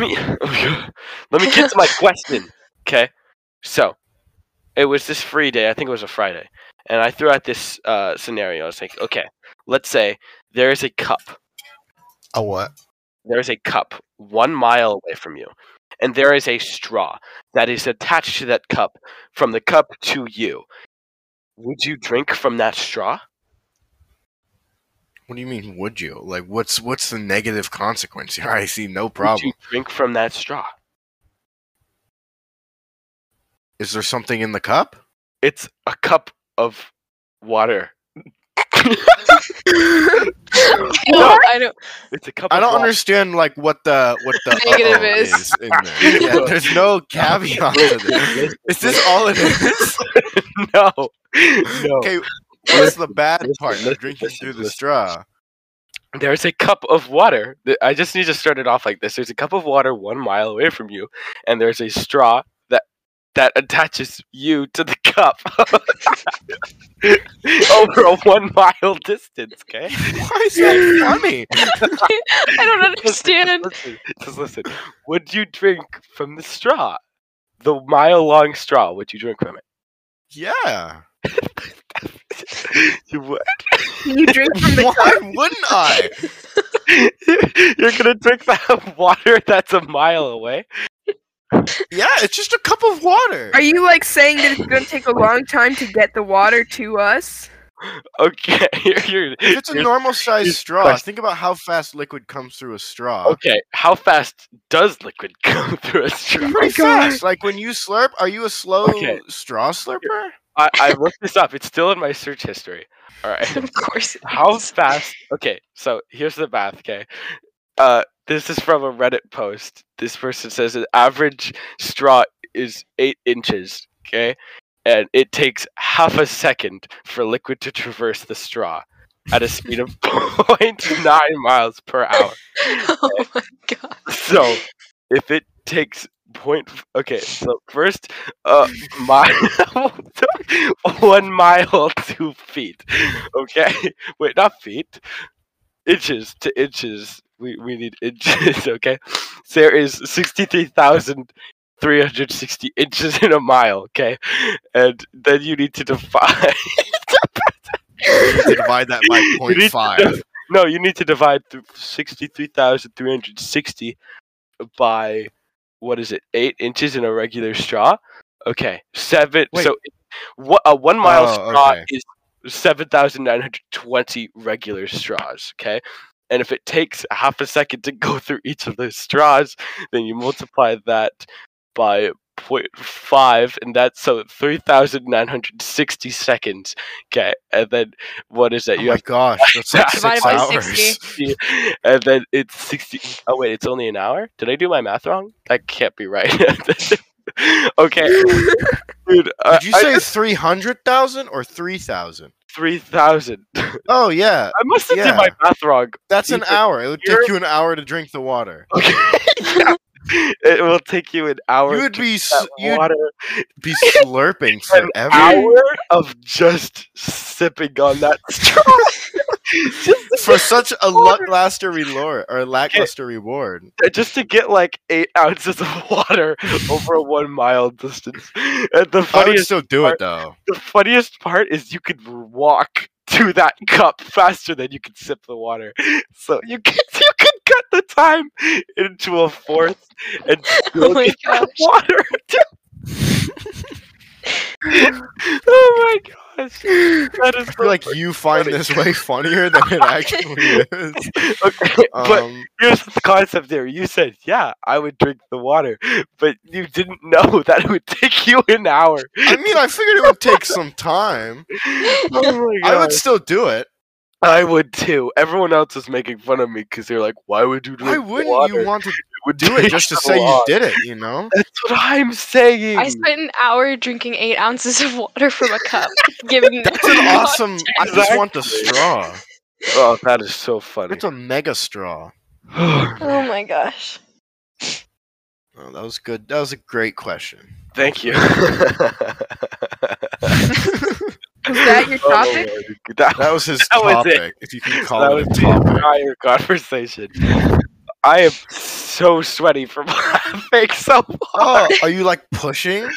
S2: me let me get to my question. Okay, so it was this free day. I think it was a Friday, and I threw out this uh, scenario. I was like, okay, let's say there is a cup.
S3: A what?
S2: There is a cup one mile away from you, and there is a straw that is attached to that cup from the cup to you. Would you drink from that straw?
S3: What do you mean? Would you? Like, what's what's the negative consequence here? I see no
S2: Would
S3: problem.
S2: you drink from that straw?
S3: Is there something in the cup?
S2: It's a cup of water.
S5: I don't.
S2: It's a cup.
S3: I
S2: of
S3: don't
S2: water.
S3: understand like what the what the
S5: Negative
S3: uh-oh
S5: is.
S3: in there. Yeah, there's no caveat to this. Is this all it is?
S2: No, no.
S3: Okay, what's the bad
S2: Listen,
S3: part?
S2: listen,
S3: Drinking
S2: listen,
S3: through the
S2: listen.
S3: straw.
S2: There's a cup of water. Th- I just need to start it off like this. There's a cup of water one mile away from you, and there's a straw that that attaches you to the cup over a one mile distance. Okay.
S3: Why is that funny?
S5: I don't understand.
S2: Just listen, just listen. Would you drink from the straw? The mile long straw. Would you drink from
S3: Yeah.
S2: it? you would.
S4: Can you drink from the
S3: Why wouldn't I?
S2: You're gonna drink that water that's a mile away.
S3: Yeah, it's just a cup of water.
S4: Are you like saying that it's gonna take a long time to get the water to us?
S2: Okay, you're,
S3: If it's a
S2: you're-
S3: normal sized
S2: here's
S3: straw,
S2: question.
S3: think about how fast liquid comes through a straw.
S2: okay. How fast does liquid go through a straw?
S4: my
S3: Pretty
S4: God.
S3: fast. Like when you slurp, are you a slow
S2: Okay.
S3: straw slurper?
S2: I, I looked this up. It's still in my search history. All right.
S5: Of course. it
S2: How
S5: is.
S2: fast? Okay, so here's the math. Okay, uh, this is from a Reddit post. This person says the average straw is eight inches. Okay, and it takes half a second for liquid to traverse the straw at a speed of 0.9 miles per hour.
S5: Oh my god.
S2: So if it takes point f- okay, so first uh mile one mile two feet. Okay. Wait, not feet. Inches to inches. We we need inches, okay? So there is sixty three thousand three hundred sixty inches in a mile, okay? And then you need to define
S3: You need to divide that by
S2: You need to
S3: 0.5.
S2: No, you need to divide th- 63,360 by what is it? 8 inches in a regular straw? Okay. 7
S3: Wait.
S2: so what a 1 mile
S3: Oh,
S2: straw
S3: okay.
S2: is 7,920 regular straws, okay? And if it takes a half a second to go through each of those straws, then you multiply that by 0.5 and that's so 3960 seconds okay and then what is that
S3: Oh
S2: you
S3: my gosh, that's like
S5: Divided
S3: six
S5: by
S3: hours.
S5: 60.
S2: See, and then it's 60 oh wait it's only an hour did i do my math wrong that can't be right okay dude uh,
S3: Did you
S2: I
S3: say
S2: did
S3: 300,000 or 3,000?
S2: 3000 i
S3: Oh, yeah.
S2: must have did my
S3: Yeah.
S2: math wrong
S3: That's an
S2: You're-
S3: hour. It would
S2: you're-
S3: take you an hour to drink the water.
S2: okay yeah. it will take you an hour
S3: You would
S2: to
S3: be
S2: get
S3: s-
S2: that
S3: you'd
S2: water
S3: be slurping
S2: an
S3: forever
S2: hour of just sipping on that straw just, to
S3: for such a lackluster reward or lackluster reward.
S2: get, just to get like eight ounces of water over a one mile distance and the
S3: I would
S2: funniest
S3: still do it though.
S2: the funniest part is you could walk to that cup faster than you could sip the water. So you could you could cut the time into a fourth and
S5: Oh
S2: still
S5: my
S2: get the
S5: gosh.
S2: water. oh my gosh. That is
S3: I feel like you find this way funnier than it actually is.
S2: okay, but
S3: Um,
S2: here's the concept there. You said, yeah, I would drink the water, but you didn't know that it would take you an hour.
S3: I mean, I figured it would take some time.
S2: Oh my
S3: I would
S2: gosh.
S3: still do it.
S2: I would too. Everyone else is making fun of me because they're like, "Why would you drink
S3: Why wouldn't
S2: water?
S3: you want to
S2: would
S3: do it
S2: take
S3: just to
S2: so
S3: say you
S2: long."
S3: did it? You know,
S2: That's what I'm saying.
S5: I spent an hour drinking eight ounces of water from a cup. Giving
S3: that's an awesome. I just want the
S2: Exactly.
S3: straw.
S2: oh, that is so funny.
S3: It's a mega straw.
S5: Oh my gosh.
S3: Oh, that was good. That was a great question.
S2: Thank you.
S4: Was that your
S2: Oh my
S4: topic?
S2: God. That,
S3: That was his
S2: That was it.
S3: topic, if you can call
S2: that
S3: it
S2: was
S3: a
S2: the
S3: topic.
S2: entire conversation. I am so sweaty from laughing so
S3: Oh,
S2: hard.
S3: are you like pushing? Are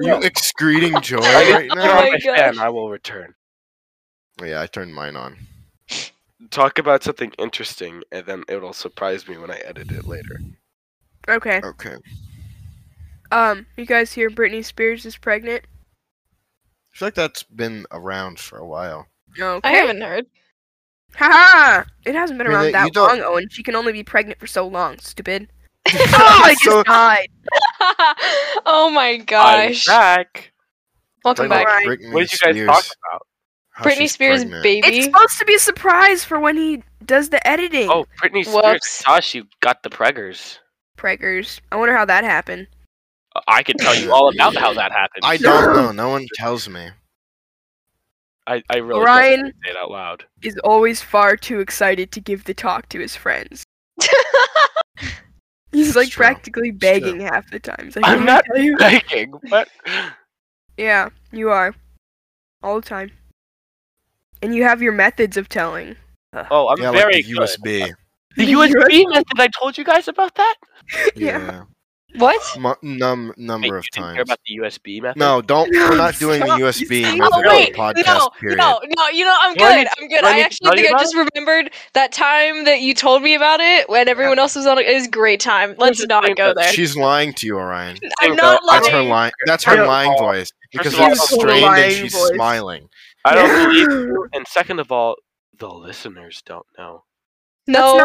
S3: you excreting joy right
S2: Turn on
S5: Oh my
S3: now?
S2: my
S5: gosh.
S2: fan, I will return.
S3: Oh, yeah, I turned mine on.
S2: Talk about something interesting, and then it'll surprise me when I edit it later.
S4: Okay.
S3: Okay.
S4: Um, you guys hear Britney Spears is pregnant?
S3: I feel like that's been around for a while.
S4: No.
S5: I haven't heard.
S4: Haha! It hasn't been
S3: I mean,
S4: around
S3: you
S4: that
S3: don't-
S4: long, Owen. She can only be pregnant for so long, stupid. oh, I just
S3: So-
S4: died.
S5: oh my gosh.
S2: I'm back.
S5: Welcome
S4: Like,
S5: back.
S4: Alright.
S3: Britney
S2: What did you guys
S3: Spears,
S2: talk about?
S3: how
S5: Britney
S3: she's
S5: Spears
S3: pregnant.
S4: It's
S5: baby.
S4: supposed to be a surprise for when he does the editing.
S2: Oh, Britney Spears,
S5: Whoops.
S2: Tosh, you got the preggers.
S4: Preggers. I wonder how that happened.
S2: I can tell you all about how that happened.
S3: I don't know. No one tells me.
S2: I, I really
S4: Ryan-
S2: don't wanna say it out loud.
S4: Is always far too excited to give the talk to his friends. He's
S3: It's
S4: like
S3: true.
S4: practically
S3: true.
S4: begging half the time. He's like,
S2: I'm
S4: "Can I
S2: not
S4: tell you?"
S2: begging, but
S4: Yeah, you are. All the time. And you have your methods of telling.
S2: oh, I'm
S3: yeah,
S2: very
S3: like the USB.
S2: good. The USB method. I told you guys about that.
S4: Yeah.
S3: Yeah.
S5: what?
S3: Mu- num-
S2: Wait,
S3: number
S2: you
S3: of
S2: didn't
S3: times.
S2: hear about the USB method?
S3: No, don't. We're not doing the
S4: Stop.
S3: USB
S4: Stop.
S3: method
S5: Oh
S3: of the
S5: wait,
S3: podcast.
S5: no,
S3: period.
S5: no, no. You know, I'm
S2: Do I
S5: good.
S2: need-
S5: I'm good.
S2: do I
S5: I
S2: need to tell
S5: actually
S2: you
S5: think I
S2: about
S5: just remembered that time that you told me about it when everyone else was on. It was a great time.
S2: Here's
S5: Let's
S2: the
S5: not
S2: thing,
S5: go
S2: though.
S5: there.
S3: She's lying to you, Orion.
S5: I'm not
S2: I
S3: That's her
S5: lying.
S3: lying. That's
S2: I
S3: her
S2: don't-
S3: lying voice because
S2: of all,
S3: it's
S2: it's a
S3: strained and
S4: lying
S3: she's
S4: voice.
S3: smiling.
S2: I don't believe. you, And second of all, the listeners don't know.
S5: No,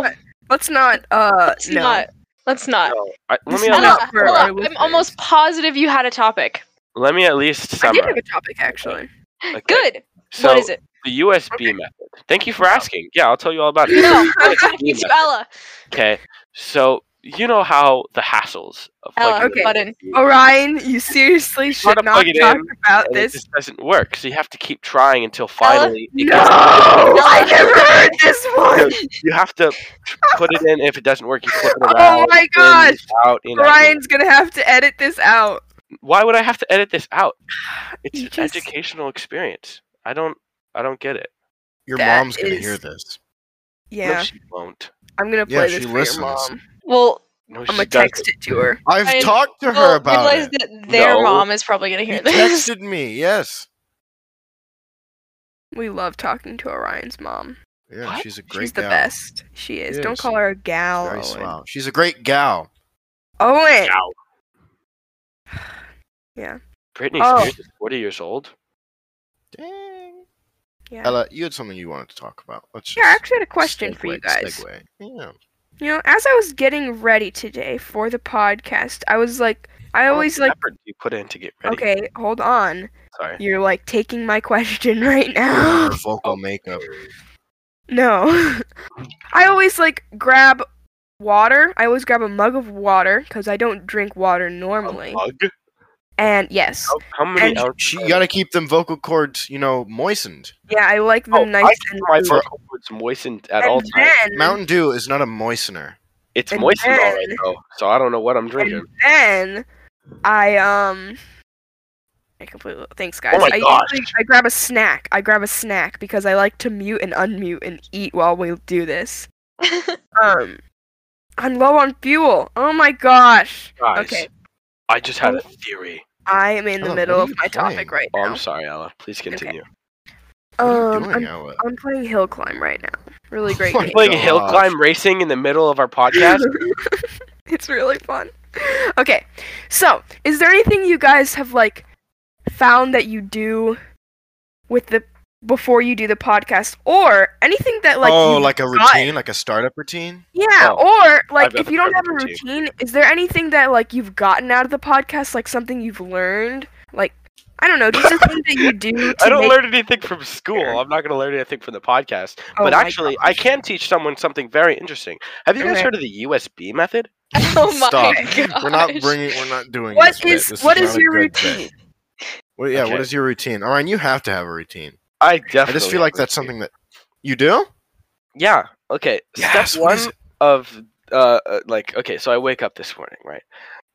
S4: Let's not. Let's not. Uh,
S5: let's
S4: no.
S5: not. Let's not.
S2: No, I, let
S4: It's
S2: me at
S4: not
S5: Hold
S2: least,
S5: on,
S4: for
S5: hold
S4: our
S5: on. I'm
S4: listeners.
S5: almost positive you had a topic.
S2: let me at least
S4: I did
S2: summarize.
S4: have a topic actually.
S2: okay?
S5: Good.
S2: So
S5: what is it?
S2: the USB method. Thank you for asking. Yeah, I'll tell you all about it.
S5: No, I'm
S2: USB
S5: talking
S2: method.
S5: to Ella.
S2: Okay, so you know how the hassles of
S5: Ella,
S2: plugging
S4: Okay.
S5: button.
S2: in-
S4: Orion, Oh, you
S2: Try
S4: seriously should
S2: to
S4: not
S2: plug it
S4: talk
S2: in,
S4: about
S2: and it
S4: this. Uh,
S2: just doesn't work. So you have to keep trying until finally it
S4: No,
S2: gets-
S4: I never heard this one.
S2: you have to put it in. If it doesn't work, you flip it
S4: Oh
S2: around.
S4: my
S2: in,
S4: gosh.
S2: out, in, out, in.
S4: Orion's gonna have to edit this out.
S2: Why would I have to edit this out? It's
S4: You
S2: an
S4: just-
S2: educational experience. I don't. I don't get it.
S3: Your
S4: That
S3: mom's gonna
S4: is-
S3: hear this.
S2: No,
S4: Yeah,
S2: she won't.
S4: I'm gonna
S3: Yeah,
S4: play
S3: she
S4: this for
S3: listens.
S4: your mom.
S5: Well,
S2: No,
S4: I'm
S2: she
S4: gonna
S2: doesn't.
S4: text it to her.
S3: I've
S5: I-
S3: talked to her
S5: well
S3: about
S5: realize
S3: it.
S5: that their
S2: No.
S5: mom is probably gonna
S3: You
S5: hear this.
S3: texted me. Yes.
S4: We love talking to Orion's mom.
S3: Yeah,
S2: What?
S3: she's a great
S4: She's the
S3: gal.
S4: best. Oh, She is.
S3: Yeah,
S4: Don't call
S3: she-
S4: her a gal.
S3: Very
S4: Owen.
S3: swell. She's a great gal.
S4: Owen,
S2: Ow.
S4: Yeah.
S2: Britney
S4: Oh.
S2: Spears is 40 years old.
S3: Dang.
S4: Yeah.
S3: Ella, you had something you wanted to talk about. Let's just
S4: yeah, I actually had a question for you
S3: segue-
S4: guys.
S3: Segue. Yeah.
S4: You know, as I was getting ready today for the podcast, I was like, I
S2: How much
S4: always like,
S2: effort do you put in to get ready.
S4: okay, hold on.
S2: Sorry.
S4: You're like taking my question right now.
S3: Her vocal makeup.
S4: Oh, No. I always like grab water. I always grab a mug of water because I don't drink water
S2: A
S4: normally.
S2: mug?
S4: And yes.
S2: How, how many
S4: And-
S2: ounces?
S3: She, you gotta keep them vocal cords, you know, moistened.
S4: Yeah, I like them
S2: Oh, I
S4: nice
S2: keep
S4: and
S2: my
S4: loose.
S2: vocal cords moistened at
S4: and
S2: all times.
S4: then,
S3: Mountain Dew is not a moistener.
S2: It's
S4: and
S2: moistened all right
S4: then-
S2: though, so I don't know what I'm drinking.
S4: and then I um I completely thanks guys.
S2: Oh my
S4: I
S2: gosh.
S4: usually- I grab a snack. I grab a snack because I like to mute and unmute and eat while we do this. Um I'm low on fuel. Oh my gosh.
S2: Guys,
S4: Okay.
S2: I just had a theory.
S4: I am in the
S3: Ella, Oh, what
S4: middle
S3: are
S4: of
S3: you
S4: my topic
S3: playing? Oh,
S4: right
S2: Oh,
S4: now.
S2: I'm sorry, Ella. Please continue.
S3: What are you
S4: um,
S3: doing,
S4: I'm,
S3: Ella?
S4: I'm playing hill climb right now. Really
S3: Oh
S4: great.
S3: my
S4: game.
S2: Uh, Playing hill
S3: Gosh.
S2: climb racing in the middle of our podcast.
S4: it's really fun. okay. So, is there anything you guys have like found that you do with the before you do the podcast or anything that like
S3: oh,
S4: you
S3: like a
S4: got-
S3: routine, like a startup routine.
S4: Yeah, or like
S2: oh, got
S4: if
S2: the
S4: you don't have a
S2: perfect
S4: routine, is there anything that like you've gotten out of the podcast, like something you've learned? Like I don't know, just a thing that you do. To
S2: I don't
S4: make-
S2: learn anything from school. I'm not going to learn anything from the podcast.
S4: Oh
S2: but
S4: my
S2: actually, I can teach someone something very interesting. Have you guys
S4: Okay.
S2: heard of the USB method?
S5: Oh my
S3: Stop.
S5: gosh.
S3: We're not bringing. We're not doing.
S4: What
S3: this bit.
S4: is
S3: This
S4: what
S3: is
S4: is
S3: not a
S4: your
S3: good bit.
S4: routine?
S3: Well, yeah. What
S2: Okay.
S3: is your routine? All right, you have to have a routine.
S2: I definitely.
S3: I just feel like that's
S2: something.
S3: something that you do.
S2: Yeah. Okay.
S3: Yes,
S2: Step
S3: what
S2: one
S3: is
S2: of uh, uh, like okay, so I wake up this morning, right?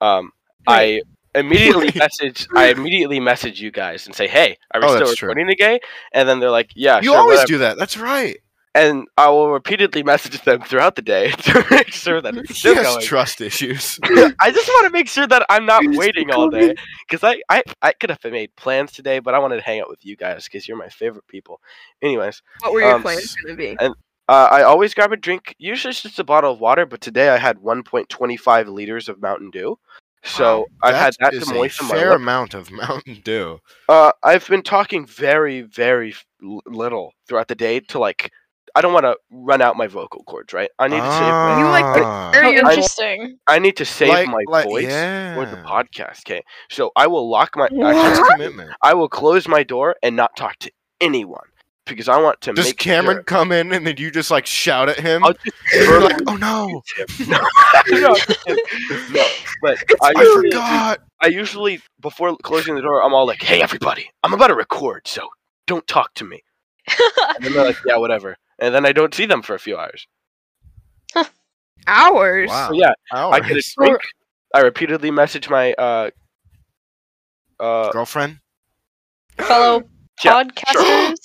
S2: Um, I immediately
S3: Wait.
S2: message. I immediately message you guys and say, "Hey, are we
S3: Oh,
S2: still
S3: that's true.
S2: recording again?" And then they're like, "Yeah,
S3: you
S2: sure,
S3: always
S2: whatever."
S3: do that. That's right.
S2: And I will repeatedly message them throughout the day to make sure that it's
S3: She
S2: still
S3: has
S2: going.
S3: trust issues.
S2: I just want to make sure that I'm not
S4: It's
S2: waiting all
S4: going.
S2: day because I, I I could have made plans today, but I wanted to hang out with you guys because you're my favorite people. Anyways.
S4: What were your
S2: Um,
S4: plans gonna be?
S2: Uh, I always grab a drink. Usually it's just a bottle of water, but today I had 1.25 liters of Mountain Dew. So I've had that
S3: is
S2: to
S3: a
S2: moisten my
S3: fair
S2: lip.
S3: amount of Mountain Dew.
S2: Uh, I've been talking very, very f- l- little throughout the day to like, I don't want to run out my vocal cords, right? I need to save. My,
S4: You like the-
S3: Ah.
S5: Very
S4: I-
S5: interesting.
S2: I need to save
S3: Like-
S2: my
S3: like-
S2: voice
S3: yeah.
S2: for the podcast. Okay, so I will lock my.
S3: That's
S2: Actually,
S3: commitment.
S2: I will close my door and not talk to anyone because I want to
S3: Does
S2: make
S3: Cameron
S2: sure-
S3: come in and then you just like shout at him?
S2: I'll just
S3: And you're like,
S2: verbally-
S3: oh no,
S2: no, I'm just kidding. no, but I,
S3: I
S2: usually-
S3: forgot.
S2: I usually before closing the door, I'm all like, "Hey, everybody, I'm about to record, so don't talk to me." And then they're like, "Yeah, whatever." And then I don't see them for a few hours.
S4: Hours.
S3: Wow.
S2: So yeah, I get a
S3: Hours.
S2: drink. I repeatedly message my uh, uh,
S3: Girlfriend?
S5: Fellow
S2: Yeah,
S5: podcasters.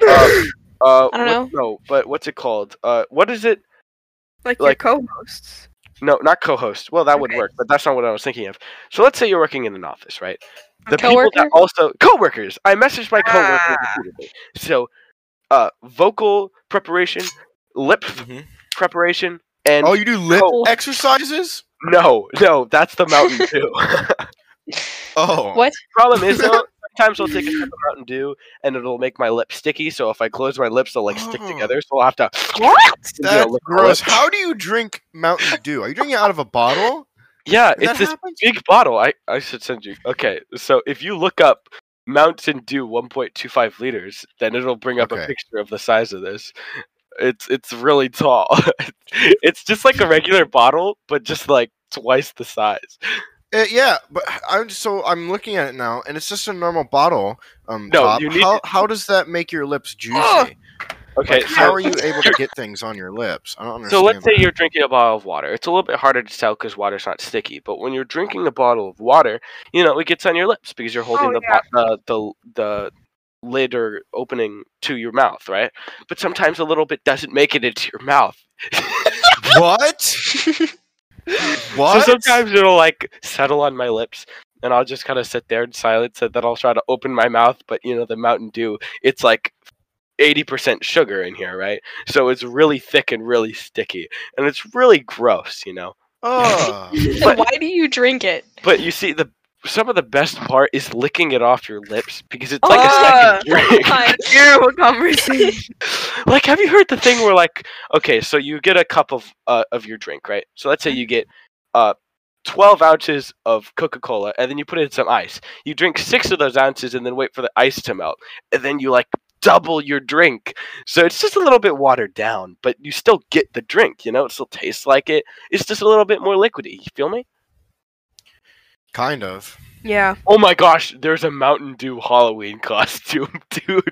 S4: Um,
S2: uh, uh,
S5: I don't
S2: what- No, but what's it called? Uh, what is it?
S4: Like,
S2: like-
S4: your co-hosts.
S2: No, not co-host. Well, that would
S4: Okay.
S2: work, but that's not what I was thinking of. So let's say you're working in an office, right? The people that
S5: Coworker?
S2: also coworkers. I messaged my coworkers. repeatedly. So, uh, vocal preparation, lip preparation, and
S3: Oh, you do lip
S2: Oh.
S3: exercises?
S2: no, no, that's the Mountain Dew.
S3: Oh.
S5: What?
S2: Problem is, though, sometimes I'll take a sip of Mountain Dew and it'll make my lips sticky. So if I close my lips, they'll like stick
S3: Oh.
S2: together. So I'll have to.
S4: What?
S2: you know,
S3: That's
S2: lick my
S3: gross.
S2: lips.
S3: How do you drink Mountain Dew? Are you drinking it out of a bottle?
S2: Yeah,
S3: That
S2: it's this
S3: happens?
S2: big bottle. I, I should send you. Okay, so if you look up Mountain Dew 1.25 liters, then it'll bring up a
S3: Okay.
S2: picture of the size of this. It's it's really tall. it's just like a regular bottle, but just like twice the size.
S3: Uh, yeah, but I'm so I'm looking at it now, and it's just a normal bottle. Um,
S2: No,
S3: top.
S2: you need Oh,
S3: how,
S2: to-
S3: how does that make your lips juicy?
S4: Ugh.
S2: Okay,
S3: How
S2: so,
S3: are you able to get things on your lips? I don't understand.
S2: so let's say
S3: that.
S2: you're drinking a bottle of water. It's a little bit harder to tell because water's not sticky. But when you're drinking a bottle of water, you know it gets on your lips because you're holding the,
S4: yeah.
S2: bo- uh, the the lid or opening to your mouth, right? But sometimes a little bit doesn't make it into your mouth.
S3: what? what?
S2: So sometimes it'll like settle on my lips, and I'll just kind of sit there in silence, and then I'll try to open my mouth. But you know, the Mountain Dew, it's like eighty percent sugar in here, right? So it's really thick and really sticky, and it's really gross, you know.
S3: Ugh.
S2: But-
S5: Why do you drink it?
S2: But you see, the some of the best part is licking it off your lips because it's like
S4: Ah.
S2: a second drink.
S5: Hi.
S4: Terrible conversation.
S2: like have you heard the thing where like okay so you get a cup of uh, of your drink right so let's say you get uh 12 ounces of coca-cola and then you put in some ice you drink six of those ounces and then wait for the ice to melt and then you like double your drink so it's just a little bit watered down but you still get the drink you know it still tastes like it it's just a little bit more liquidy you feel me
S3: kind of.
S4: yeah.
S2: oh my gosh there's a mountain dew halloween costume dude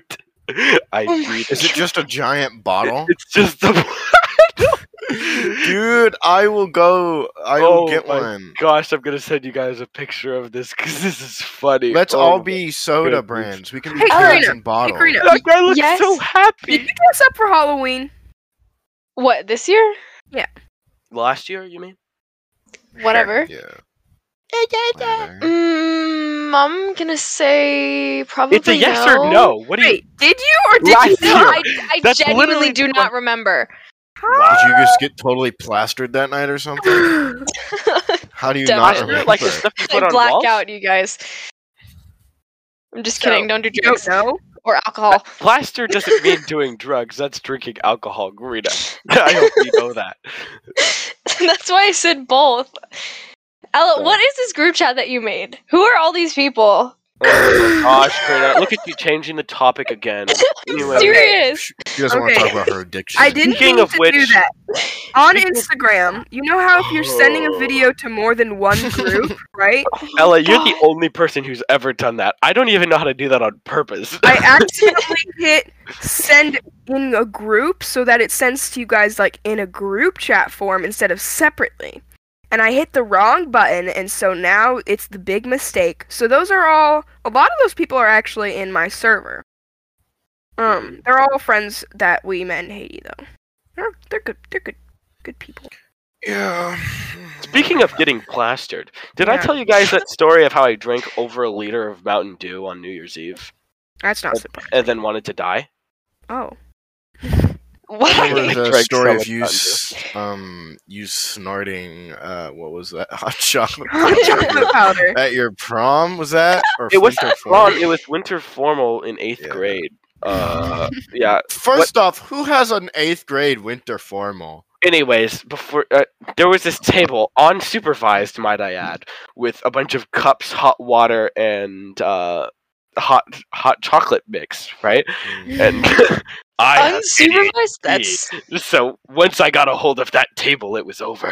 S2: i
S5: Oh
S2: need
S3: Is it just a giant bottle?
S2: it's just the
S3: Dude, I will go. I will
S2: Oh
S3: get
S2: my
S3: one.
S2: gosh, I'm gonna send you guys a picture of this because this is funny.
S3: Let's
S2: Oh
S3: all
S2: my-
S3: be soda
S2: goodness.
S3: brands. We can be
S4: Hey,
S3: cans
S4: Karina.
S3: and bottles.
S4: Karina.
S2: That guy looks
S5: Yes.
S2: so
S4: Did
S2: happy.
S4: you dress up for Halloween?
S5: What, this year?
S2: Last year, you mean?
S5: Whatever.
S3: Yeah. whatever.
S5: Mm, I'm gonna say probably
S2: It's a yes
S5: no.
S2: or no. What do you?
S4: Wait, did you or did
S2: Last
S4: you
S5: No,
S2: year.
S4: not?
S5: I, I
S2: That's
S5: genuinely
S2: literally
S5: do
S2: the
S5: not remember.
S3: Did you just get totally plastered that night or something? How do you
S5: Dumb.
S3: not
S2: Isn't
S3: remember?
S2: it like the stuff you put
S5: I
S2: on
S5: black
S2: walls?
S5: out, you guys. I'm just
S4: So,
S5: kidding. Don't do
S4: You don't
S5: drugs
S4: know?
S5: or alcohol.
S2: Plaster doesn't mean doing drugs. That's drinking alcohol, Rita. I hope you know that.
S5: That's why I said both. Ella,
S2: So-
S5: what is this group chat that you made? Who are all these people?
S2: Oh my gosh, Rita. Look at you changing the topic again. Anyway,
S5: Serious.
S3: She doesn't want
S4: Okay.
S3: to talk about her addiction.
S4: I didn't
S2: Speaking
S4: mean
S2: of
S4: to
S2: which-
S4: do that. On Instagram, you know how if you're sending
S2: Oh.
S4: a video to more than one group, right?
S2: Ella, you're the only person who's ever done that. I don't even know how to do that on purpose.
S4: I accidentally hit send in a group so that it sends to you guys like in a group chat form instead of separately. And I hit the wrong button, and so now it's the big mistake. So those are all. A lot of those people are actually in my server. Um, they're all friends that we met in Haiti, though. They're they're good. They're good. Good people.
S3: Yeah.
S2: Speaking of getting plastered, did I
S4: Yeah.
S2: tell you guys that story of how I drank over a liter of Mountain Dew on New Year's Eve
S4: That's not super.
S2: and then wanted to die?
S4: Oh,
S3: There
S5: Why?
S2: Remember-
S3: was a
S2: Drug
S3: story of
S2: selling
S3: you,
S2: under.
S3: s- um, you snorting. Uh, what was that? Hot chocolate.
S4: chocolate powder.
S3: at your prom was that? Or
S2: It was
S3: winter
S2: Ron,
S3: prom?
S2: it was winter formal in eighth
S3: Oh. Yeah.
S2: grade. Uh, yeah.
S3: First off, who has an eighth grade winter formal?
S2: Anyways, before uh, there was this table, unsupervised, might I add, with a bunch of cups, hot water, and uh, hot hot chocolate mix, right?
S4: Mm.
S2: And I have ADHD.
S5: Unsupervised? That's.
S2: so once I got a hold of that table, it was over.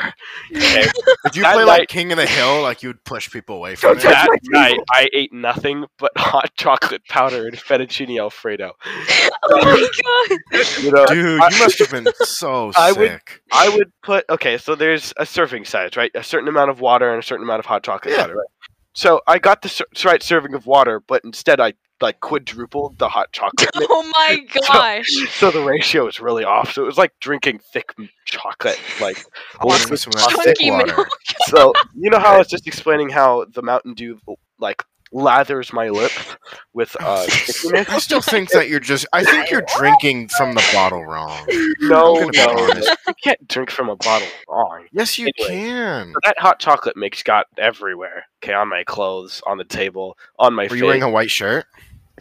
S2: And
S3: Did you
S2: That
S3: play like,
S2: night-
S3: King of the Hill? Like you would push people away from
S4: touch
S3: it.
S2: that
S4: my table.
S2: night, I ate nothing but hot chocolate powder and fettuccine alfredo.
S5: Oh my god.
S2: You know,
S3: Dude,
S2: I-
S3: you must have been so
S2: I would-
S3: sick.
S2: I would put okay. So there's a serving size, right? A certain amount of water and a certain amount of hot chocolate
S3: Yeah.
S2: powder. Right? So I got the ser- right serving of water, but instead I like quadrupled the hot chocolate. mix.
S5: Oh my gosh.
S2: so the ratio is really off. So it was like drinking thick m- chocolate, like
S3: I would've
S2: mixed with
S3: been some of that
S2: chocolate.
S3: thick
S5: Chunky
S3: water.
S5: milk.
S2: so you know how I was just explaining how the Mountain Dew like lathers my lips with uh stickiness?
S3: I still think that you're just. I think you're drinking from the bottle wrong.
S2: No,
S3: I'm gonna be
S2: no,
S3: honest.
S2: you can't drink from a bottle wrong.
S3: Yes, you
S2: Anyway.
S3: can.
S2: So that hot chocolate mix got everywhere. Okay, on my clothes, on the table, on my
S3: Were
S2: face.
S3: you wearing a white shirt?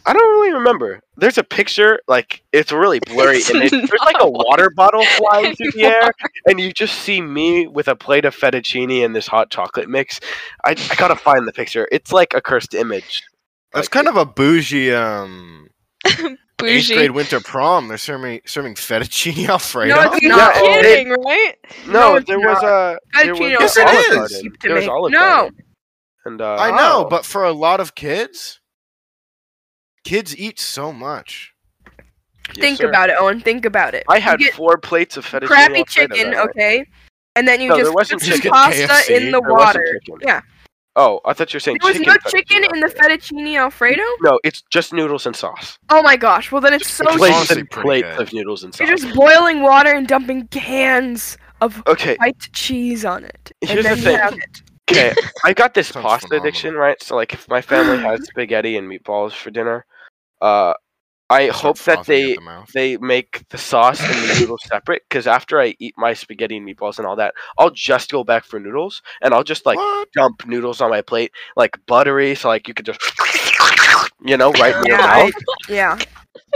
S2: I don't really remember. There's a picture, like it's a really blurry
S5: It's
S2: image. There's like a
S5: not
S2: water bottle flying through the air, and you just see me with a plate of fettuccine and this hot chocolate mix. I, I gotta find the picture. It's like a cursed image.
S3: That's
S2: Like,
S3: kind of a bougie um eighth
S5: Bougie.
S3: grade winter prom. They're serving serving fettuccine alfredo.
S4: No, it's
S5: You're
S4: not.
S5: not
S2: Yeah,
S4: It-
S5: kidding, right?
S2: No,
S4: No, it's
S2: there was a.
S4: not.
S2: There was
S4: Fettuccine
S3: Yes,
S2: a
S3: it
S2: Olive
S3: is.
S2: Garden.
S4: Cheap to
S2: There was
S4: make.
S2: Olive
S4: No.
S2: Garden. And uh,
S3: I know,
S2: oh,
S3: but for a lot of kids, kids eat so much.
S2: yes,
S4: think
S2: sir.
S4: about it, Owen. Think about it.
S2: I
S4: You
S2: had
S4: get
S2: four plates of fettuccine
S4: crappy
S2: alfredo
S4: chicken,
S2: that night.
S4: okay? And then you
S2: No, there
S4: just
S2: wasn't
S4: put some
S2: chicken.
S4: pasta
S3: KFC,
S4: in the
S2: There wasn't
S4: water.
S2: chicken.
S4: Yeah.
S2: Oh, I thought you were saying
S4: There was
S2: chicken.
S4: no chicken in the
S2: fettuccine
S4: fettuccine alfredo.
S2: alfredo. No, it's just noodles and sauce.
S4: Oh my gosh! Well, then it's so
S3: It's
S2: plates
S3: honestly
S2: and
S3: pretty
S2: plates
S3: good.
S2: of noodles and
S4: you're
S2: sauce.
S4: just boiling water and dumping cans of
S2: Okay,
S4: white cheese on it, and
S2: Here's
S4: then
S2: the
S4: you
S2: thing.
S4: have it.
S2: okay. I got this
S3: Sounds
S2: pasta
S3: phenomenal.
S2: addiction, right? So, like, if my family has spaghetti and meatballs for dinner, uh, I hope that
S3: Start frothing at
S2: they
S3: the mouth.
S2: they make the sauce and the noodles separate because after I eat my spaghetti and meatballs and all that, I'll just go back for noodles and I'll just like
S3: What?
S2: dump noodles on my plate, like buttery, so like you could just, you know, right in your
S4: Yeah,
S2: mouth.
S4: I- yeah.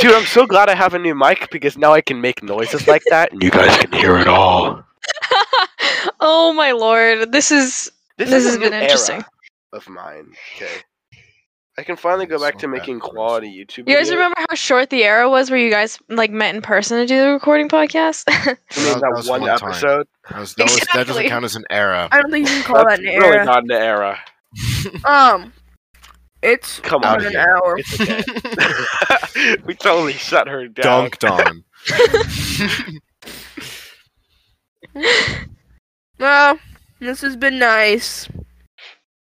S2: Dude, I'm so glad I have a new mic because now I can make noises like that and you guys can hear it all.
S5: oh my lord. This is
S2: This,
S5: This
S2: is
S5: has
S2: a new
S5: been interesting.
S2: era of mine. Okay. I can finally go
S3: It's
S2: back
S3: not
S2: to
S3: that
S2: making
S3: hard.
S2: quality YouTube.
S5: you guys
S2: videos.
S5: remember how short the era was where you guys like met in person to do the recording podcast?
S2: You mean
S3: That-
S2: that,
S3: that was
S2: one,
S3: one time.
S2: episode?
S3: That, was, that, was- that doesn't
S5: Exactly.
S3: count as an era.
S4: I don't think you can call
S2: That's
S4: that an
S2: really
S4: era.
S2: not an era.
S4: um, it's
S2: Come
S3: Out
S2: on.
S4: about
S3: of
S4: an
S3: here.
S4: hour.
S2: It's okay. we totally shut her down.
S3: Dunked on.
S4: Well, this has been nice.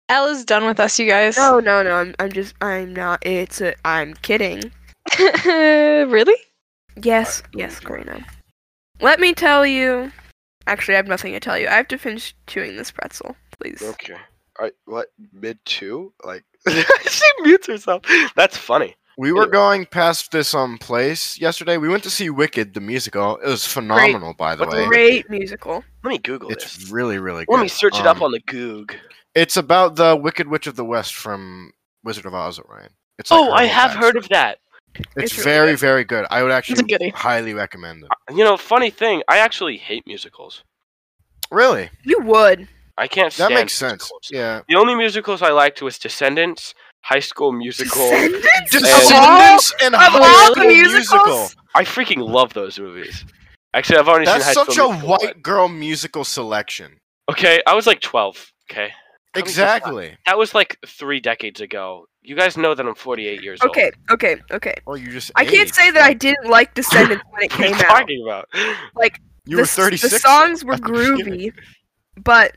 S5: Ella's done with us, you guys.
S4: No, no, no. I'm, I'm just, I'm not. It's, a, I'm kidding.
S5: really?
S4: Yes, yes, Karina. Let me tell you. Actually, I have nothing to tell you. I have to finish chewing this pretzel, please.
S2: Okay. I, what? Mid two? Like, she mutes herself. That's funny.
S3: We were going past this um place yesterday. We went to see Wicked the musical. It was phenomenal, by the
S2: What
S3: way.
S4: Great musical.
S2: Let me Google
S3: It's
S2: this.
S3: really, really good.
S2: Let me search it up
S3: Um,
S2: on the Goog.
S3: It's about the Wicked Witch of the West from Wizard of Oz, Ryan. It's like
S2: Oh,
S3: her
S2: I
S3: whole
S2: have
S3: backstory.
S2: heard of that.
S3: It's,
S4: It's really
S3: very, very good. I would
S5: It's a
S3: actually
S5: goodie.
S3: highly recommend it.
S2: You know, funny thing, I actually hate musicals.
S3: Really,
S4: You would.
S2: I can't
S3: that
S2: stand
S3: makes sense.
S2: musicals.
S3: Yeah.
S2: The only musicals I liked was Descendants, High School Musical.
S4: Descendants? Of all-
S3: Descendants and
S4: of all
S3: High
S4: the
S3: School
S4: musicals?
S3: Musical.
S2: I freaking love those movies. Actually, I've already
S3: That's
S2: seen High
S3: such a
S2: School Musical
S3: white
S2: one.
S3: girl musical selection.
S2: Okay, I was like 12. Okay, Tell me just that.
S3: Exactly.
S2: that was like three decades ago. You guys know that I'm 48 years old.
S4: Okay, okay, okay.
S3: Or you just.
S4: I can't
S3: aged.
S4: say that I didn't like Descendants when it
S2: What are
S4: came
S2: you talking
S4: out.
S2: about?
S3: You
S4: the,
S3: were
S4: s-
S3: 36.
S4: The songs were
S3: at the
S4: groovy,
S3: beginning.
S4: but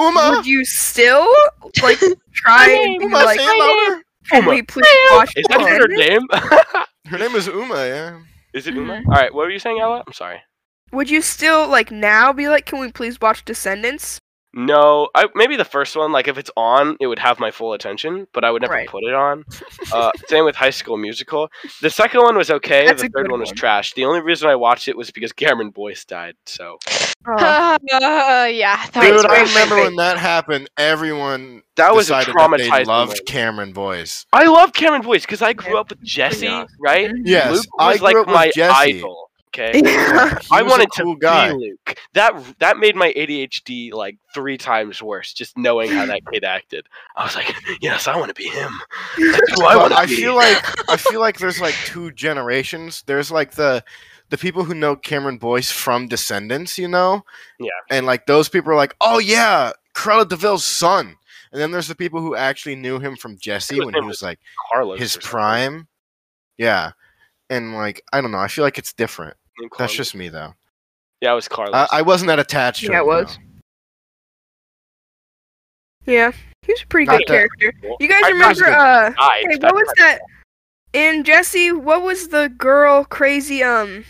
S3: Uma,
S4: would you still like try and be
S3: Uma,
S4: like,
S3: say louder.
S4: can
S2: Uma.
S4: we please watch
S2: Is that even her
S4: Descendants?"
S2: name?
S3: Her name is Uma. Yeah.
S2: Is
S4: Mm-hmm.
S2: it Uma? All right, what were you saying, Ella? I'm sorry.
S4: Would you still like now be like, can we please watch Descendants?
S2: No, I, maybe the first one. Like if it's on, it would have my full attention, but I would never
S4: Right.
S2: put it on. Uh, same with High School Musical. The second one was okay.
S4: That's
S2: the
S4: a
S2: third
S4: good
S2: one was
S4: one.
S2: trash. The only reason I watched it was because Cameron Boyce died. So
S5: Uh, yeah. that
S3: Dude,
S5: was
S3: I
S5: rough.
S3: remember when that happened. Everyone
S2: that was a
S3: decided that they
S2: traumatizing.
S3: loved
S2: moment.
S3: Cameron Boyce.
S2: I love Cameron Boyce because I grew
S4: Yeah.
S2: up with Jesse,
S1: Yeah.
S2: right?
S3: Yes,
S2: Luke
S3: I
S2: was
S3: grew
S2: like
S3: up with
S2: my
S3: Jesse.
S2: idol.
S4: Oh.
S2: Okay.
S4: Yeah.
S3: He
S2: I
S3: was a
S2: wanted
S3: cool
S2: to
S3: guy.
S2: be Luke. That that made my ADHD like three times worse. Just knowing how that kid acted, I was like, yes, I want to be him. That's who I
S3: But
S2: want
S3: I
S2: to be.
S3: feel like I feel like there's like two generations. There's like the the people who know Cameron Boyce from Descendants, you know?
S2: Yeah.
S3: And like those people are like, "Oh yeah, Cruella DeVille's son." And then there's the people who actually knew him from Jesse
S2: was
S3: when
S2: him
S3: he was like
S2: Carlos
S3: his
S2: or something.
S3: prime. Yeah. And like I don't know, I feel like it's different.
S2: And Carlos.
S3: That's just me though.
S2: yeah, it was Carlos.
S3: I, I wasn't that attached to
S4: Yeah, it
S3: him,
S4: was. yeah, he was a pretty
S3: Not
S4: good
S3: that-
S4: character.
S2: Well,
S4: You guys
S2: I thought
S4: remember?
S3: good.
S4: Uh,
S2: died.
S4: hey,
S2: That's
S4: what was
S2: not
S4: that? In Jesse, what was the girl crazy? Um,
S2: good.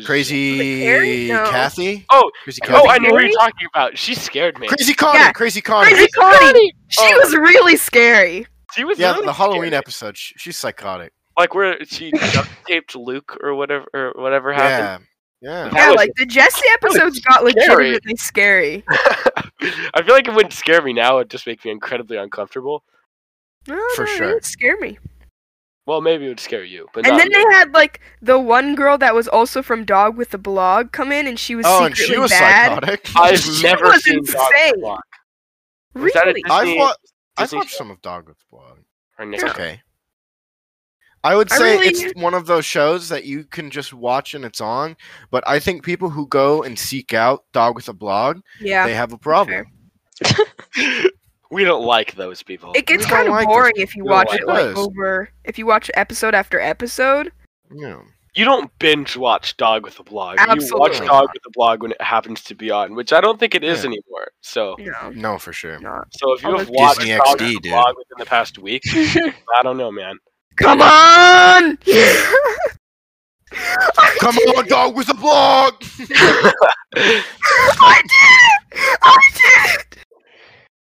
S3: though. Crazy
S4: Carrie? No.
S3: Kathy?
S2: Oh,
S3: Crazy
S2: Oh,
S3: Kathy.
S2: I know what you're
S4: Carrie?
S2: talking about. She scared me.
S3: Crazy Connie,
S4: Yeah.
S3: Crazy Connie.
S4: crazy Connie. She
S2: Oh.
S4: was really scary.
S2: She was
S3: yeah,
S2: really
S3: the Halloween
S2: scary.
S3: episode. sh- She's psychotic.
S2: like where she duct taped Luke or whatever or whatever happened.
S3: Yeah, yeah.
S2: That
S4: yeah,
S2: was-
S4: like the Jesse
S2: was
S4: episodes got
S2: scary.
S4: legitimately scary.
S2: I feel like it wouldn't scare me now. It'd just make me incredibly uncomfortable.
S4: No,
S3: For
S4: no,
S3: sure.
S4: It didn't scare me.
S2: Well, maybe it would scare you, but
S4: And
S2: not
S4: then
S2: me.
S4: they had like the one girl that was also from Dog with the blog come in, and she was
S3: Oh, and
S4: secretly
S3: she was
S4: bad.
S3: psychotic.
S2: I've
S4: She
S2: never
S4: was
S2: seen Dog
S4: insane.
S2: Block. Was that a
S4: Really?
S3: I've
S2: Disney-
S3: wa- I've
S2: Disney
S3: watched
S2: show
S3: some of Dogwood's blog.
S2: or
S3: It's
S2: Nick?
S3: okay. I would
S4: I
S3: say
S4: really-
S3: it's one of those shows that you can just watch and it's on. But I think people who go and seek out Dog with a Blog,
S4: Yeah.
S3: they have a problem.
S2: We don't like those people.
S4: It gets
S3: We don't
S4: kind of
S3: like this.
S4: boring if you
S2: We don't
S4: watch
S2: like
S4: it like
S3: this.
S4: over. If you watch episode after episode,
S3: Yeah.
S2: You don't binge watch Dog with a Blog. You watch
S4: Absolutely
S2: Dog with a Blog when it happens to be on, which I don't think it is
S3: Yeah.
S2: anymore. So,
S4: no,
S3: No, for sure.
S4: not.
S2: so if you
S4: Oh,
S2: have
S4: that's
S2: watched
S3: Disney
S2: Dog
S3: XD,
S2: with a
S3: dude.
S2: Blog within the past week, I don't know, man.
S4: Come on!
S3: Come on, Dog with a Blog!
S4: I did it! I did it!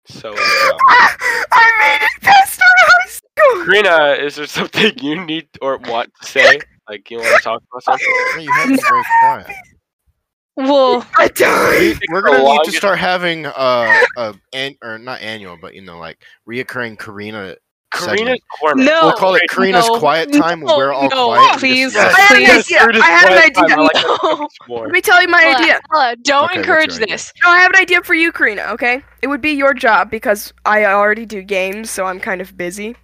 S2: So, uh,
S4: I made it past our high school.
S2: Karina, is there something you need or want to say? Like, you want to talk about something?
S3: Yeah, you have been very quiet.
S5: Well,
S4: I died.
S3: We're
S2: the
S3: gonna need to
S2: longest-
S3: start having uh, a an- or not annual, but you know, like reoccurring Karina.
S2: Karina's
S3: Segment.
S2: corner.
S5: No.
S3: we'll call it
S5: Great.
S3: Karina's
S5: No.
S3: quiet time
S5: No,
S3: where we're all
S5: no,
S3: quiet. and
S5: please.
S3: just-
S5: I- Please.
S4: an idea. I have an idea.
S5: No.
S4: Let me tell you my
S5: Ella,
S4: idea.
S5: Ella, Uh, don't
S3: Okay, what's your
S5: encourage
S3: idea?
S5: this.
S4: No, I have an idea for you, Karina. Okay, it would be your job because I already do games, so I'm kind of busy.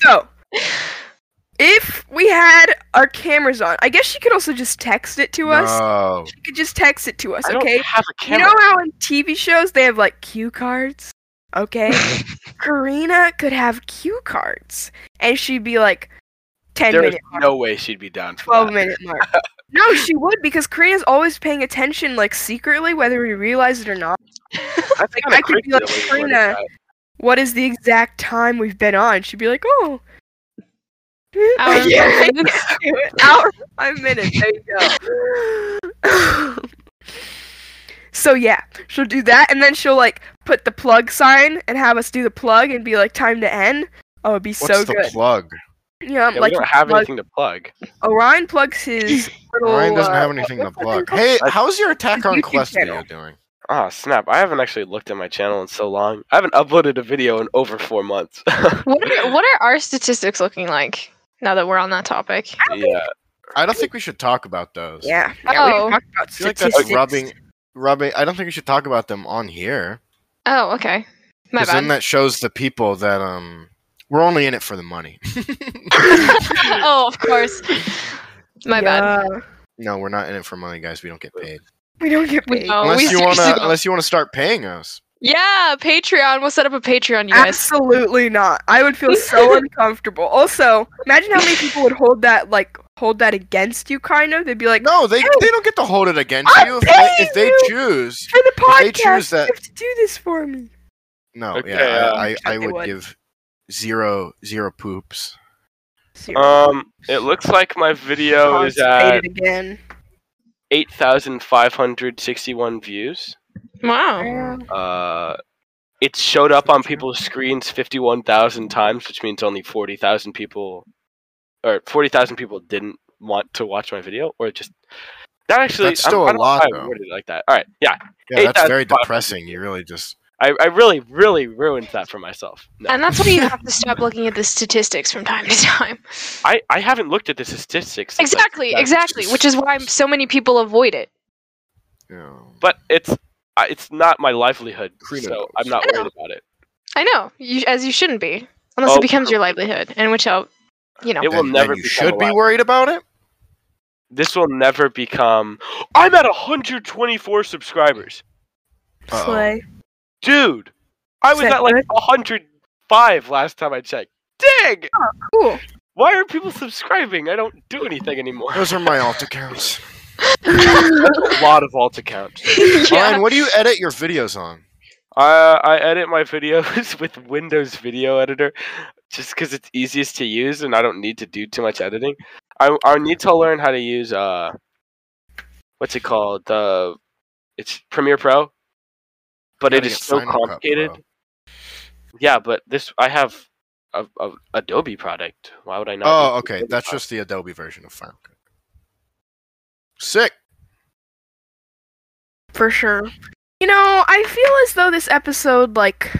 S4: so, if we had our cameras on, I guess she could also just text it to us.
S3: No.
S4: She could just text it to us,
S2: I don't
S4: okay?
S2: have a
S4: You
S2: camera.
S4: know how in TV shows they have like cue cards? Okay. Karina could have cue cards. And she'd be like 10
S2: There is
S4: minute mark,
S2: no way she'd be down for
S4: 12
S2: that.
S4: minute mark. no, she would because Karina's always paying attention like secretly, whether we realize it or not.
S2: That's
S4: Like,
S2: kinda
S4: I could be
S2: creepy the
S4: like,
S2: way you worded
S4: Karina,
S2: that.
S4: What is the exact time we've been on? She'd be like, oh. yeah, I
S5: Hour, five
S4: can't
S5: minutes.
S4: do it. Hour, five minutes. There you go. so yeah, she'll do that, and then she'll like put the plug sign and have us do the plug and be like, "Time to end." Oh, it'd be
S3: What's
S4: so
S3: the
S4: good.
S3: plug?
S4: yeah, I'm
S2: Yeah,
S4: like
S2: we don't have
S4: plug-
S2: anything to plug.
S4: Orion plugs his little.
S3: Ryan doesn't
S4: uh,
S3: have anything to
S4: what's that thing
S3: plug. Hey,
S2: I-
S3: how's your Attack
S4: His
S3: on
S4: YouTube
S3: Quest video
S4: channel.
S3: doing?
S2: Ah, snap. I haven't actually looked at my channel in so long. I haven't uploaded a video in over four months.
S5: What are, what are our statistics looking like now that we're on that topic?
S2: yeah.
S3: I don't think we should talk about those.
S4: Yeah. yeah we
S5: Oh.
S4: can talk about
S3: I feel like that's
S4: statistics.
S3: like rubbing, rubbing. I don't think we should talk about them on here
S5: Oh, okay. My
S3: because then
S5: bad.
S3: that shows the people that um we're only in it for the money.
S5: oh, of course. My bad.
S4: Yeah.
S3: no, we're not in it for money, guys. We don't get paid
S4: We don't get
S5: We
S4: paid.
S5: don't. Oh,
S3: unless you wanna
S5: seriously don't.
S3: unless you wanna start paying us.
S5: Yeah, Patreon. We'll set up a Patreon, you guys.
S4: Absolutely not. I would feel so uncomfortable. Also, imagine how many people would hold that like hold that against you. Kind of, they'd be like,
S3: No, they they don't get to hold it against
S4: I'm
S3: you if they,
S4: paying
S3: if they
S4: you!
S3: choose.
S4: for the
S3: If they
S4: podcast,
S3: choose that-
S4: you have to do this for me.
S3: No,
S2: Okay,
S3: yeah, I,
S2: uh,
S3: I, I
S4: They
S3: would
S4: would.
S3: give zero zero poops.
S2: Um, it looks like my video is at
S4: again.
S2: 8,561 views.
S4: Ah. Oh,
S5: Wow.
S2: Uh, it showed up on people's screens 51,000 times, which means only 40,000 people, or 40,000 people didn't want to watch my video, or just that actually.
S3: That's
S2: I'm- I
S3: still a
S2: don't know
S3: lot,
S2: why I
S3: though.
S2: worded it like that. All right, yeah,
S3: Yeah, that's very
S2: 8,500.
S3: depressing. You really just
S2: I, I really, really ruined that for myself. No.
S5: And that's why you have to stop looking at the statistics from time to time.
S2: I, I haven't looked at the statistics. since I
S5: Exactly,
S2: started.
S5: exactly. Which is why so many people avoid it.
S3: you know.
S2: But it's I- it's not my livelihood, so
S3: Criminals.
S2: I'm not
S5: I know.
S2: worried about it.
S5: I know, you, as you shouldn't be, unless
S2: Oh,
S5: it becomes your livelihood, and which I'll, you know.
S2: It will
S3: then-
S2: never
S3: then you
S2: become
S3: should be
S2: allowed.
S3: worried about it.
S2: This will never become. I'm at 124 subscribers,
S3: Uh-oh.
S4: Slay.
S2: dude. I was
S4: Is that
S2: at like
S4: good?
S2: 105 last time I checked. Dang!
S4: Cool.
S2: Why are people subscribing? I don't do anything anymore.
S3: Those are my alt accounts.
S2: That's a lot of alt accounts.
S3: Ryan, what do you edit your videos on?
S2: I I edit my videos with Windows Video Editor, just because it's easiest to use and I don't need to do too much editing. I I need to learn how to use uh, what's it called? The it's Premiere Pro, but it
S3: Gotta
S2: is
S3: get
S2: so
S3: Final Cut Pro.
S2: complicated. Yeah, but this I have a, a Adobe product. Why would I not? use
S3: Oh,
S2: the
S3: okay.
S2: Adobe
S3: That's
S2: product?
S3: just the Adobe version of Final Cut. Sick.
S4: For sure. You know, I feel as though this episode, like,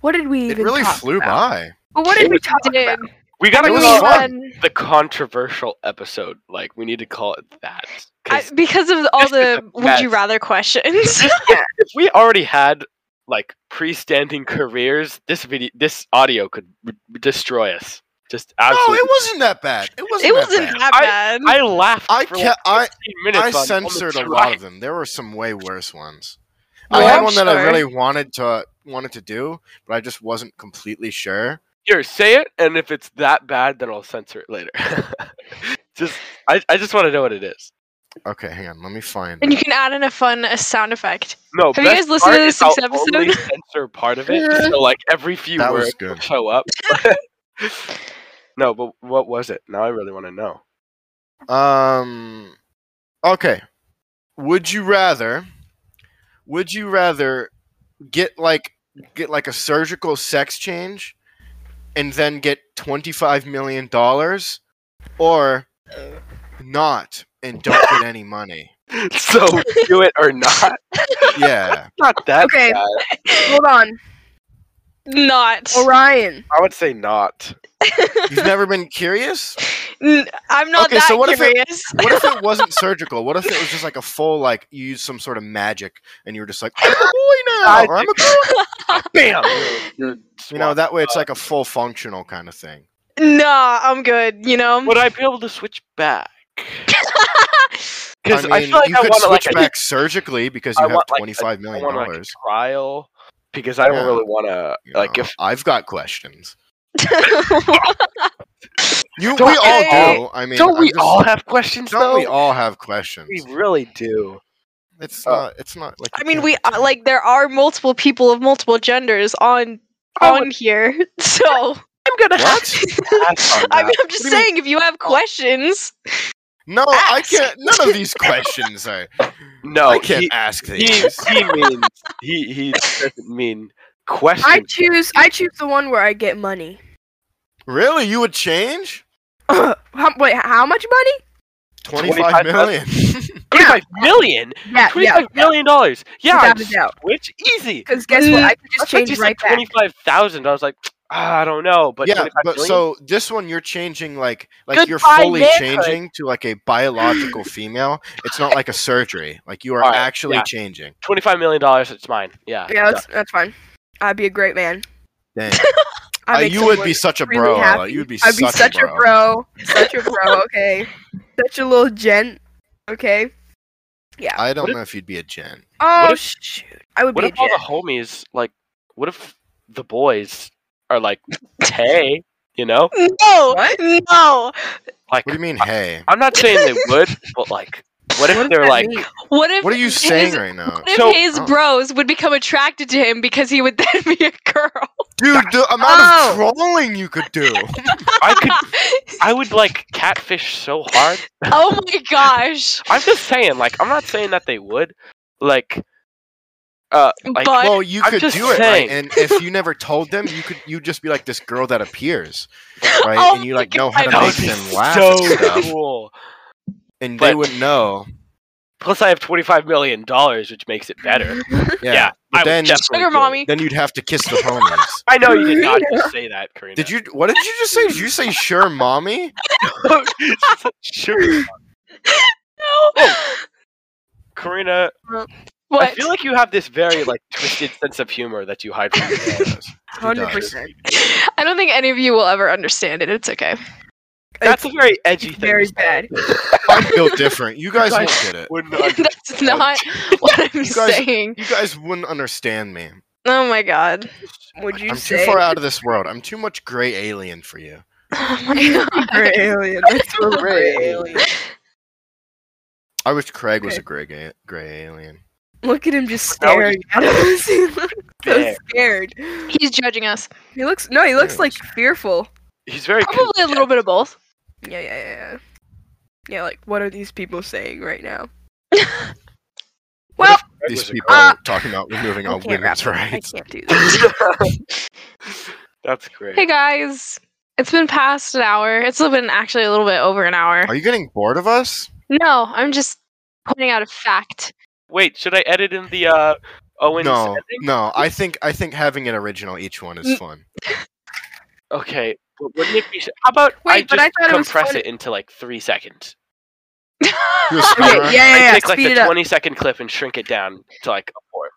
S4: what did we
S3: It
S4: even
S3: really
S4: talk
S3: flew
S4: about?
S3: by.
S4: But what did
S2: It
S4: we talk
S5: did.
S4: about?
S2: we gotta
S3: It was
S2: call
S3: fun.
S2: it the controversial episode. Like we need to call it that. 'cause-
S5: I, because of all
S2: This is
S5: the
S2: a
S5: would you
S2: mess.
S5: rather questions.
S2: if we already had like pre-standing careers, this video, this audio could r- destroy us. Just
S3: No,
S2: absolutely.
S3: it wasn't that bad. It wasn't.
S5: it wasn't
S3: That
S5: that
S2: I-
S5: bad.
S2: I laughed.
S3: I
S2: for
S3: ca- I-
S2: like 15 minutes
S3: bad.
S2: on-
S3: I
S2: on the
S3: censored a
S2: drive.
S3: lot of them. There were some way worse ones.
S5: Oh,
S3: I had
S5: I'm
S3: one that I
S5: sure.
S3: really wanted to wanted to do, but I just wasn't completely sure.
S2: Here, say it, and if it's that bad, then I'll censor it later. just, I, I just want to know what it is.
S3: Okay, hang on. Let me find.
S5: and you
S3: it.
S5: can add in a fun uh, sound effect.
S2: No,
S5: Have you
S2: best
S5: guys listened
S2: part
S5: to
S2: is
S5: this
S2: I'll
S5: episode?
S2: only censor part of it, so like every few
S3: That was
S2: words will
S3: good.
S2: show up. no, but what was it? Now I really want to know.
S3: Um. Okay. Would you rather? Would you rather get like get like a surgical sex change, and then get twenty five million dollars, or not and don't get any money?
S2: So do it or not.
S3: Yeah.
S2: Not that
S4: Okay.
S2: bad.
S4: Hold on.
S5: Not.
S4: Orion.
S2: I would say not.
S3: You've never been curious.
S5: N- I'm not
S3: Okay,
S5: that
S3: so what if it-
S5: curious.
S3: What if it wasn't surgical? What if it was just like a full like you used some sort of magic and you were just like I'm a boy now or I'm a girl. Uh,
S2: Bam!
S3: You know that way it's like a full functional kind of thing.
S5: nah, I'm good. You know.
S2: Would I be able to switch back? Because I,
S3: I mean,
S2: feel like
S3: you
S2: I
S3: could
S2: want
S3: switch
S2: like a-
S3: back surgically because
S2: I
S3: you have
S2: want, like, a-
S3: twenty five
S2: I
S3: million
S2: want like a
S3: dollars.
S2: trial. Because I don't
S3: Yeah.
S2: really want to
S3: you
S2: like
S3: know.
S2: if
S3: I've got questions. You,
S2: Don't
S3: we all
S5: they-
S3: do. I mean,
S2: don't
S3: I'm
S2: we
S3: just-
S2: all have questions
S3: Don't
S2: though?
S3: we all have questions?
S2: We really do.
S3: It's
S2: Oh.
S3: not. It's not like.
S5: I
S3: you
S5: mean,
S3: can't
S5: we uh,
S3: pretend.
S5: like there are multiple people of multiple genders on
S2: I
S5: on here, so
S2: I'm gonna have
S3: What?
S2: to ask on
S5: I mean,
S2: that.
S3: What
S5: I'm just
S3: do you mean?
S5: saying if you have questions,
S3: No, I
S5: ask.
S3: can't. None of these questions are.
S2: No,
S3: I can't
S2: he,
S3: ask
S2: he,
S3: these.
S2: he means he he doesn't mean
S4: I
S2: question.
S4: choose. I choose the one where I get money.
S3: Really? You would change?
S4: how, wait, how much money?
S3: 25 million.
S2: Twenty-five million.
S4: Yeah, yeah,
S2: Twenty-five million dollars. Yeah, I'd
S4: without a doubt.
S2: switch easy.
S4: Because guess what? I could just
S2: I thought you said
S4: change right back.
S2: Twenty-five thousand. I was like, ah, I don't know, but
S3: yeah,
S2: 25
S3: but
S2: million?
S3: so this one you're changing like like you're
S2: Goodbye,
S3: fully
S2: manhood.
S3: changing to like a biological female. It's not like a surgery. Like you are
S2: Alright,
S3: actually
S2: yeah.
S3: changing.
S2: twenty-five million dollars. It's mine. Yeah.
S4: Yeah, that's, that's fine. I'd be a great man.
S3: Dang.
S4: I'd
S3: Uh,
S4: make
S3: you would
S4: someone
S3: be such a
S4: really
S3: bro. Ella.
S4: happy.
S3: You would be,
S4: I'd be such a
S3: bro.
S4: bro. Such a bro, okay. Such a little gent, okay.
S3: I don't
S2: What
S3: know if you'd be a gen.
S4: Oh
S2: if-
S4: shoot. I would
S2: What
S4: be a
S2: if all
S4: gent.
S2: the homies like? What if the boys are like, hey, you know,
S5: No, no.
S2: like
S3: What do you mean, hey?
S2: I'm not saying they would, but like, what if they're
S4: That
S2: like,
S4: mean-
S5: What if?
S3: What are you
S5: his-
S3: saying right now?
S5: What if
S2: So-
S5: his
S3: Oh.
S5: bros would become attracted to him because he would then be a girl?
S3: Dude, the amount
S4: Oh.
S3: of trolling you could do.
S2: I could, I would like catfish so hard.
S5: oh my gosh!
S2: I'm just saying, like, I'm not saying that they would, like, uh, like,
S5: But-
S3: well, you
S2: I'm
S3: could do
S2: just
S3: it,
S2: saying.
S3: right? And if you never told them, you could you'd just be like this girl that appears, right?
S5: Oh
S3: and you
S5: my
S3: like know how to
S5: God.
S2: that
S3: make
S2: would be
S3: them laugh, and,
S2: so
S3: stuff,
S2: cool.
S3: and they
S2: But-
S3: would know.
S2: Plus, I have 25 million dollars, which makes it better.
S3: Yeah,
S2: Yeah,
S3: but
S2: I would
S3: then
S2: definitely
S5: Sugar
S2: do it.
S5: mommy.
S3: then you'd have to kiss the homies.
S2: I know you did not just say that, Karina.
S3: Did you? What did you just say? Did you say sure, mommy?
S2: sure,
S5: No.
S2: Karina.
S5: What?
S2: I feel like you have this very like twisted sense of humor that you hide from your parents.
S4: Hundred percent.
S5: I don't think any of you will ever understand it. It's okay.
S2: That's a very edgy thing.
S4: Very
S2: to say.
S4: bad.
S3: I'm built different. You guys won't get it.
S2: Wouldn't understand.
S5: That's not what I'm
S3: guys-
S5: saying.
S3: You guys wouldn't understand me.
S5: Oh my god.
S4: Would you
S3: I'm
S4: say?
S3: too far out of this world. I'm too much gray alien for you.
S5: Oh my
S4: We're
S5: god.
S4: alien. That's what we're alien.
S3: I wish Craig was a gray ga- gray alien.
S4: Look at him just
S2: That would
S4: staring at us. he looks so
S2: There.
S4: scared.
S5: He's judging us.
S4: He looks no, he looks
S3: Yes.
S4: like fearful.
S2: He's very
S5: Probably a little bit of both.
S4: Yeah, yeah, yeah. yeah. Yeah, like what are these people saying right now?
S2: What
S4: well,
S2: Craig
S3: These
S2: was a
S3: people
S4: girl.
S3: are talking about removing
S4: I
S3: all
S4: can't wrap
S3: women's
S4: it up. I
S3: rights.
S4: can't do this.
S2: That's great.
S5: Hey guys. It's been past an hour. It's been actually a little bit over an hour.
S3: Are you getting bored of us?
S5: No, I'm just pointing out a fact.
S2: Wait, should I edit in the uh Owen?
S3: No, no. I think I think having an original each one is
S5: Mm.
S3: fun.
S2: Okay. but Wouldn't it be? How about I
S4: Wait,
S2: just
S4: but I thought it was
S2: compress
S4: funny-
S2: it into like three seconds?
S3: You a speaker?
S4: Okay, yeah, yeah,
S2: I
S4: yeah.
S2: take like
S4: Speed
S2: the
S4: it up.
S2: twenty-second clip and shrink it down to like a four.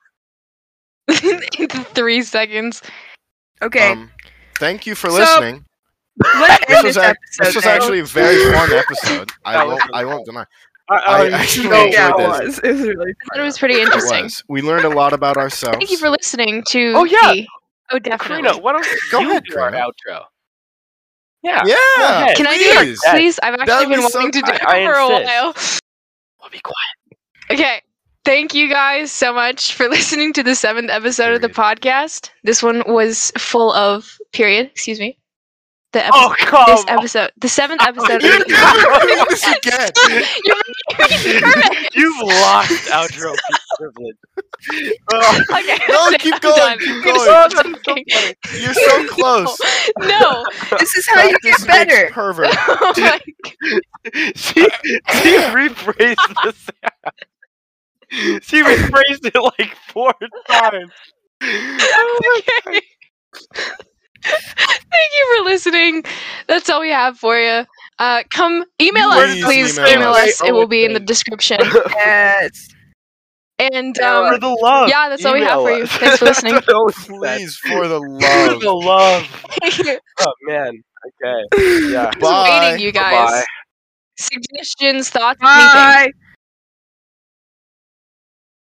S5: In three seconds.
S4: Okay,
S3: Um, thank you for
S4: So,
S3: listening.
S4: let's
S3: this
S4: end
S3: was
S4: this
S3: ac-
S4: episode.
S3: This was
S4: then.
S3: actually a very fun episode. I
S2: That
S3: won't.
S2: was
S3: I won't deny.
S2: I,
S3: I actually
S4: Oh, Yeah,
S3: enjoyed
S4: it
S3: this.
S4: was. It was really
S5: I thought it was pretty
S3: It
S5: interesting.
S3: was. We learned a lot about ourselves.
S5: Thank you for listening to
S2: Oh, yeah.
S5: the- Oh definitely.
S2: Karina, why don't
S3: Go
S2: you
S3: ahead,
S2: do our
S3: Karina.
S2: outro? Yeah.
S3: Yeah.
S2: Go ahead.
S5: Can I do that?
S3: Please.
S5: Please, I've
S3: That
S5: actually
S3: would
S5: been
S3: be so
S5: wanting to do
S2: nice.
S5: it
S2: I
S5: for a
S2: insist.
S5: while.
S2: We'll be quiet.
S5: Okay. Thank you guys so much for listening to the seventh episode of the podcast. This one was full of period. Excuse me. The episode,
S2: Oh come.
S3: Um,
S5: this episode, the seventh episode.
S3: You're
S5: Of
S3: never doing this again.
S5: You're making me nervous.
S2: You've lost outro privilege. Oh,
S5: Okay,
S3: No,
S5: that's it.
S3: keep
S5: I'm
S3: going,
S5: done.
S3: keep
S5: You're
S3: going.
S5: so
S2: that's so
S5: joking.
S2: funny.
S3: You're so close.
S5: No.
S4: This is how you
S3: Practice
S4: get
S3: makes
S4: better.
S3: Pervert.
S5: Oh my-
S2: she she rephrased the sound. She rephrased it like four times.
S5: okay. Thank you for listening. That's all we have for you. Uh, come email us,
S3: Please
S5: please.
S3: email
S5: Email,
S2: us.
S5: us. It will be in the description.
S4: Yes.
S5: And
S2: For
S5: um,
S2: the love.
S5: yeah, that's all we have for you.
S2: us.
S5: Thanks for listening.
S2: That's all we said.
S3: Please, for the
S2: For
S3: love.
S2: the love. Oh man. Okay. Yeah.
S5: I'm just
S3: Bye.
S5: waiting, you guys.
S2: Bye-bye.
S5: Suggestions, thoughts, anything.
S4: Bye.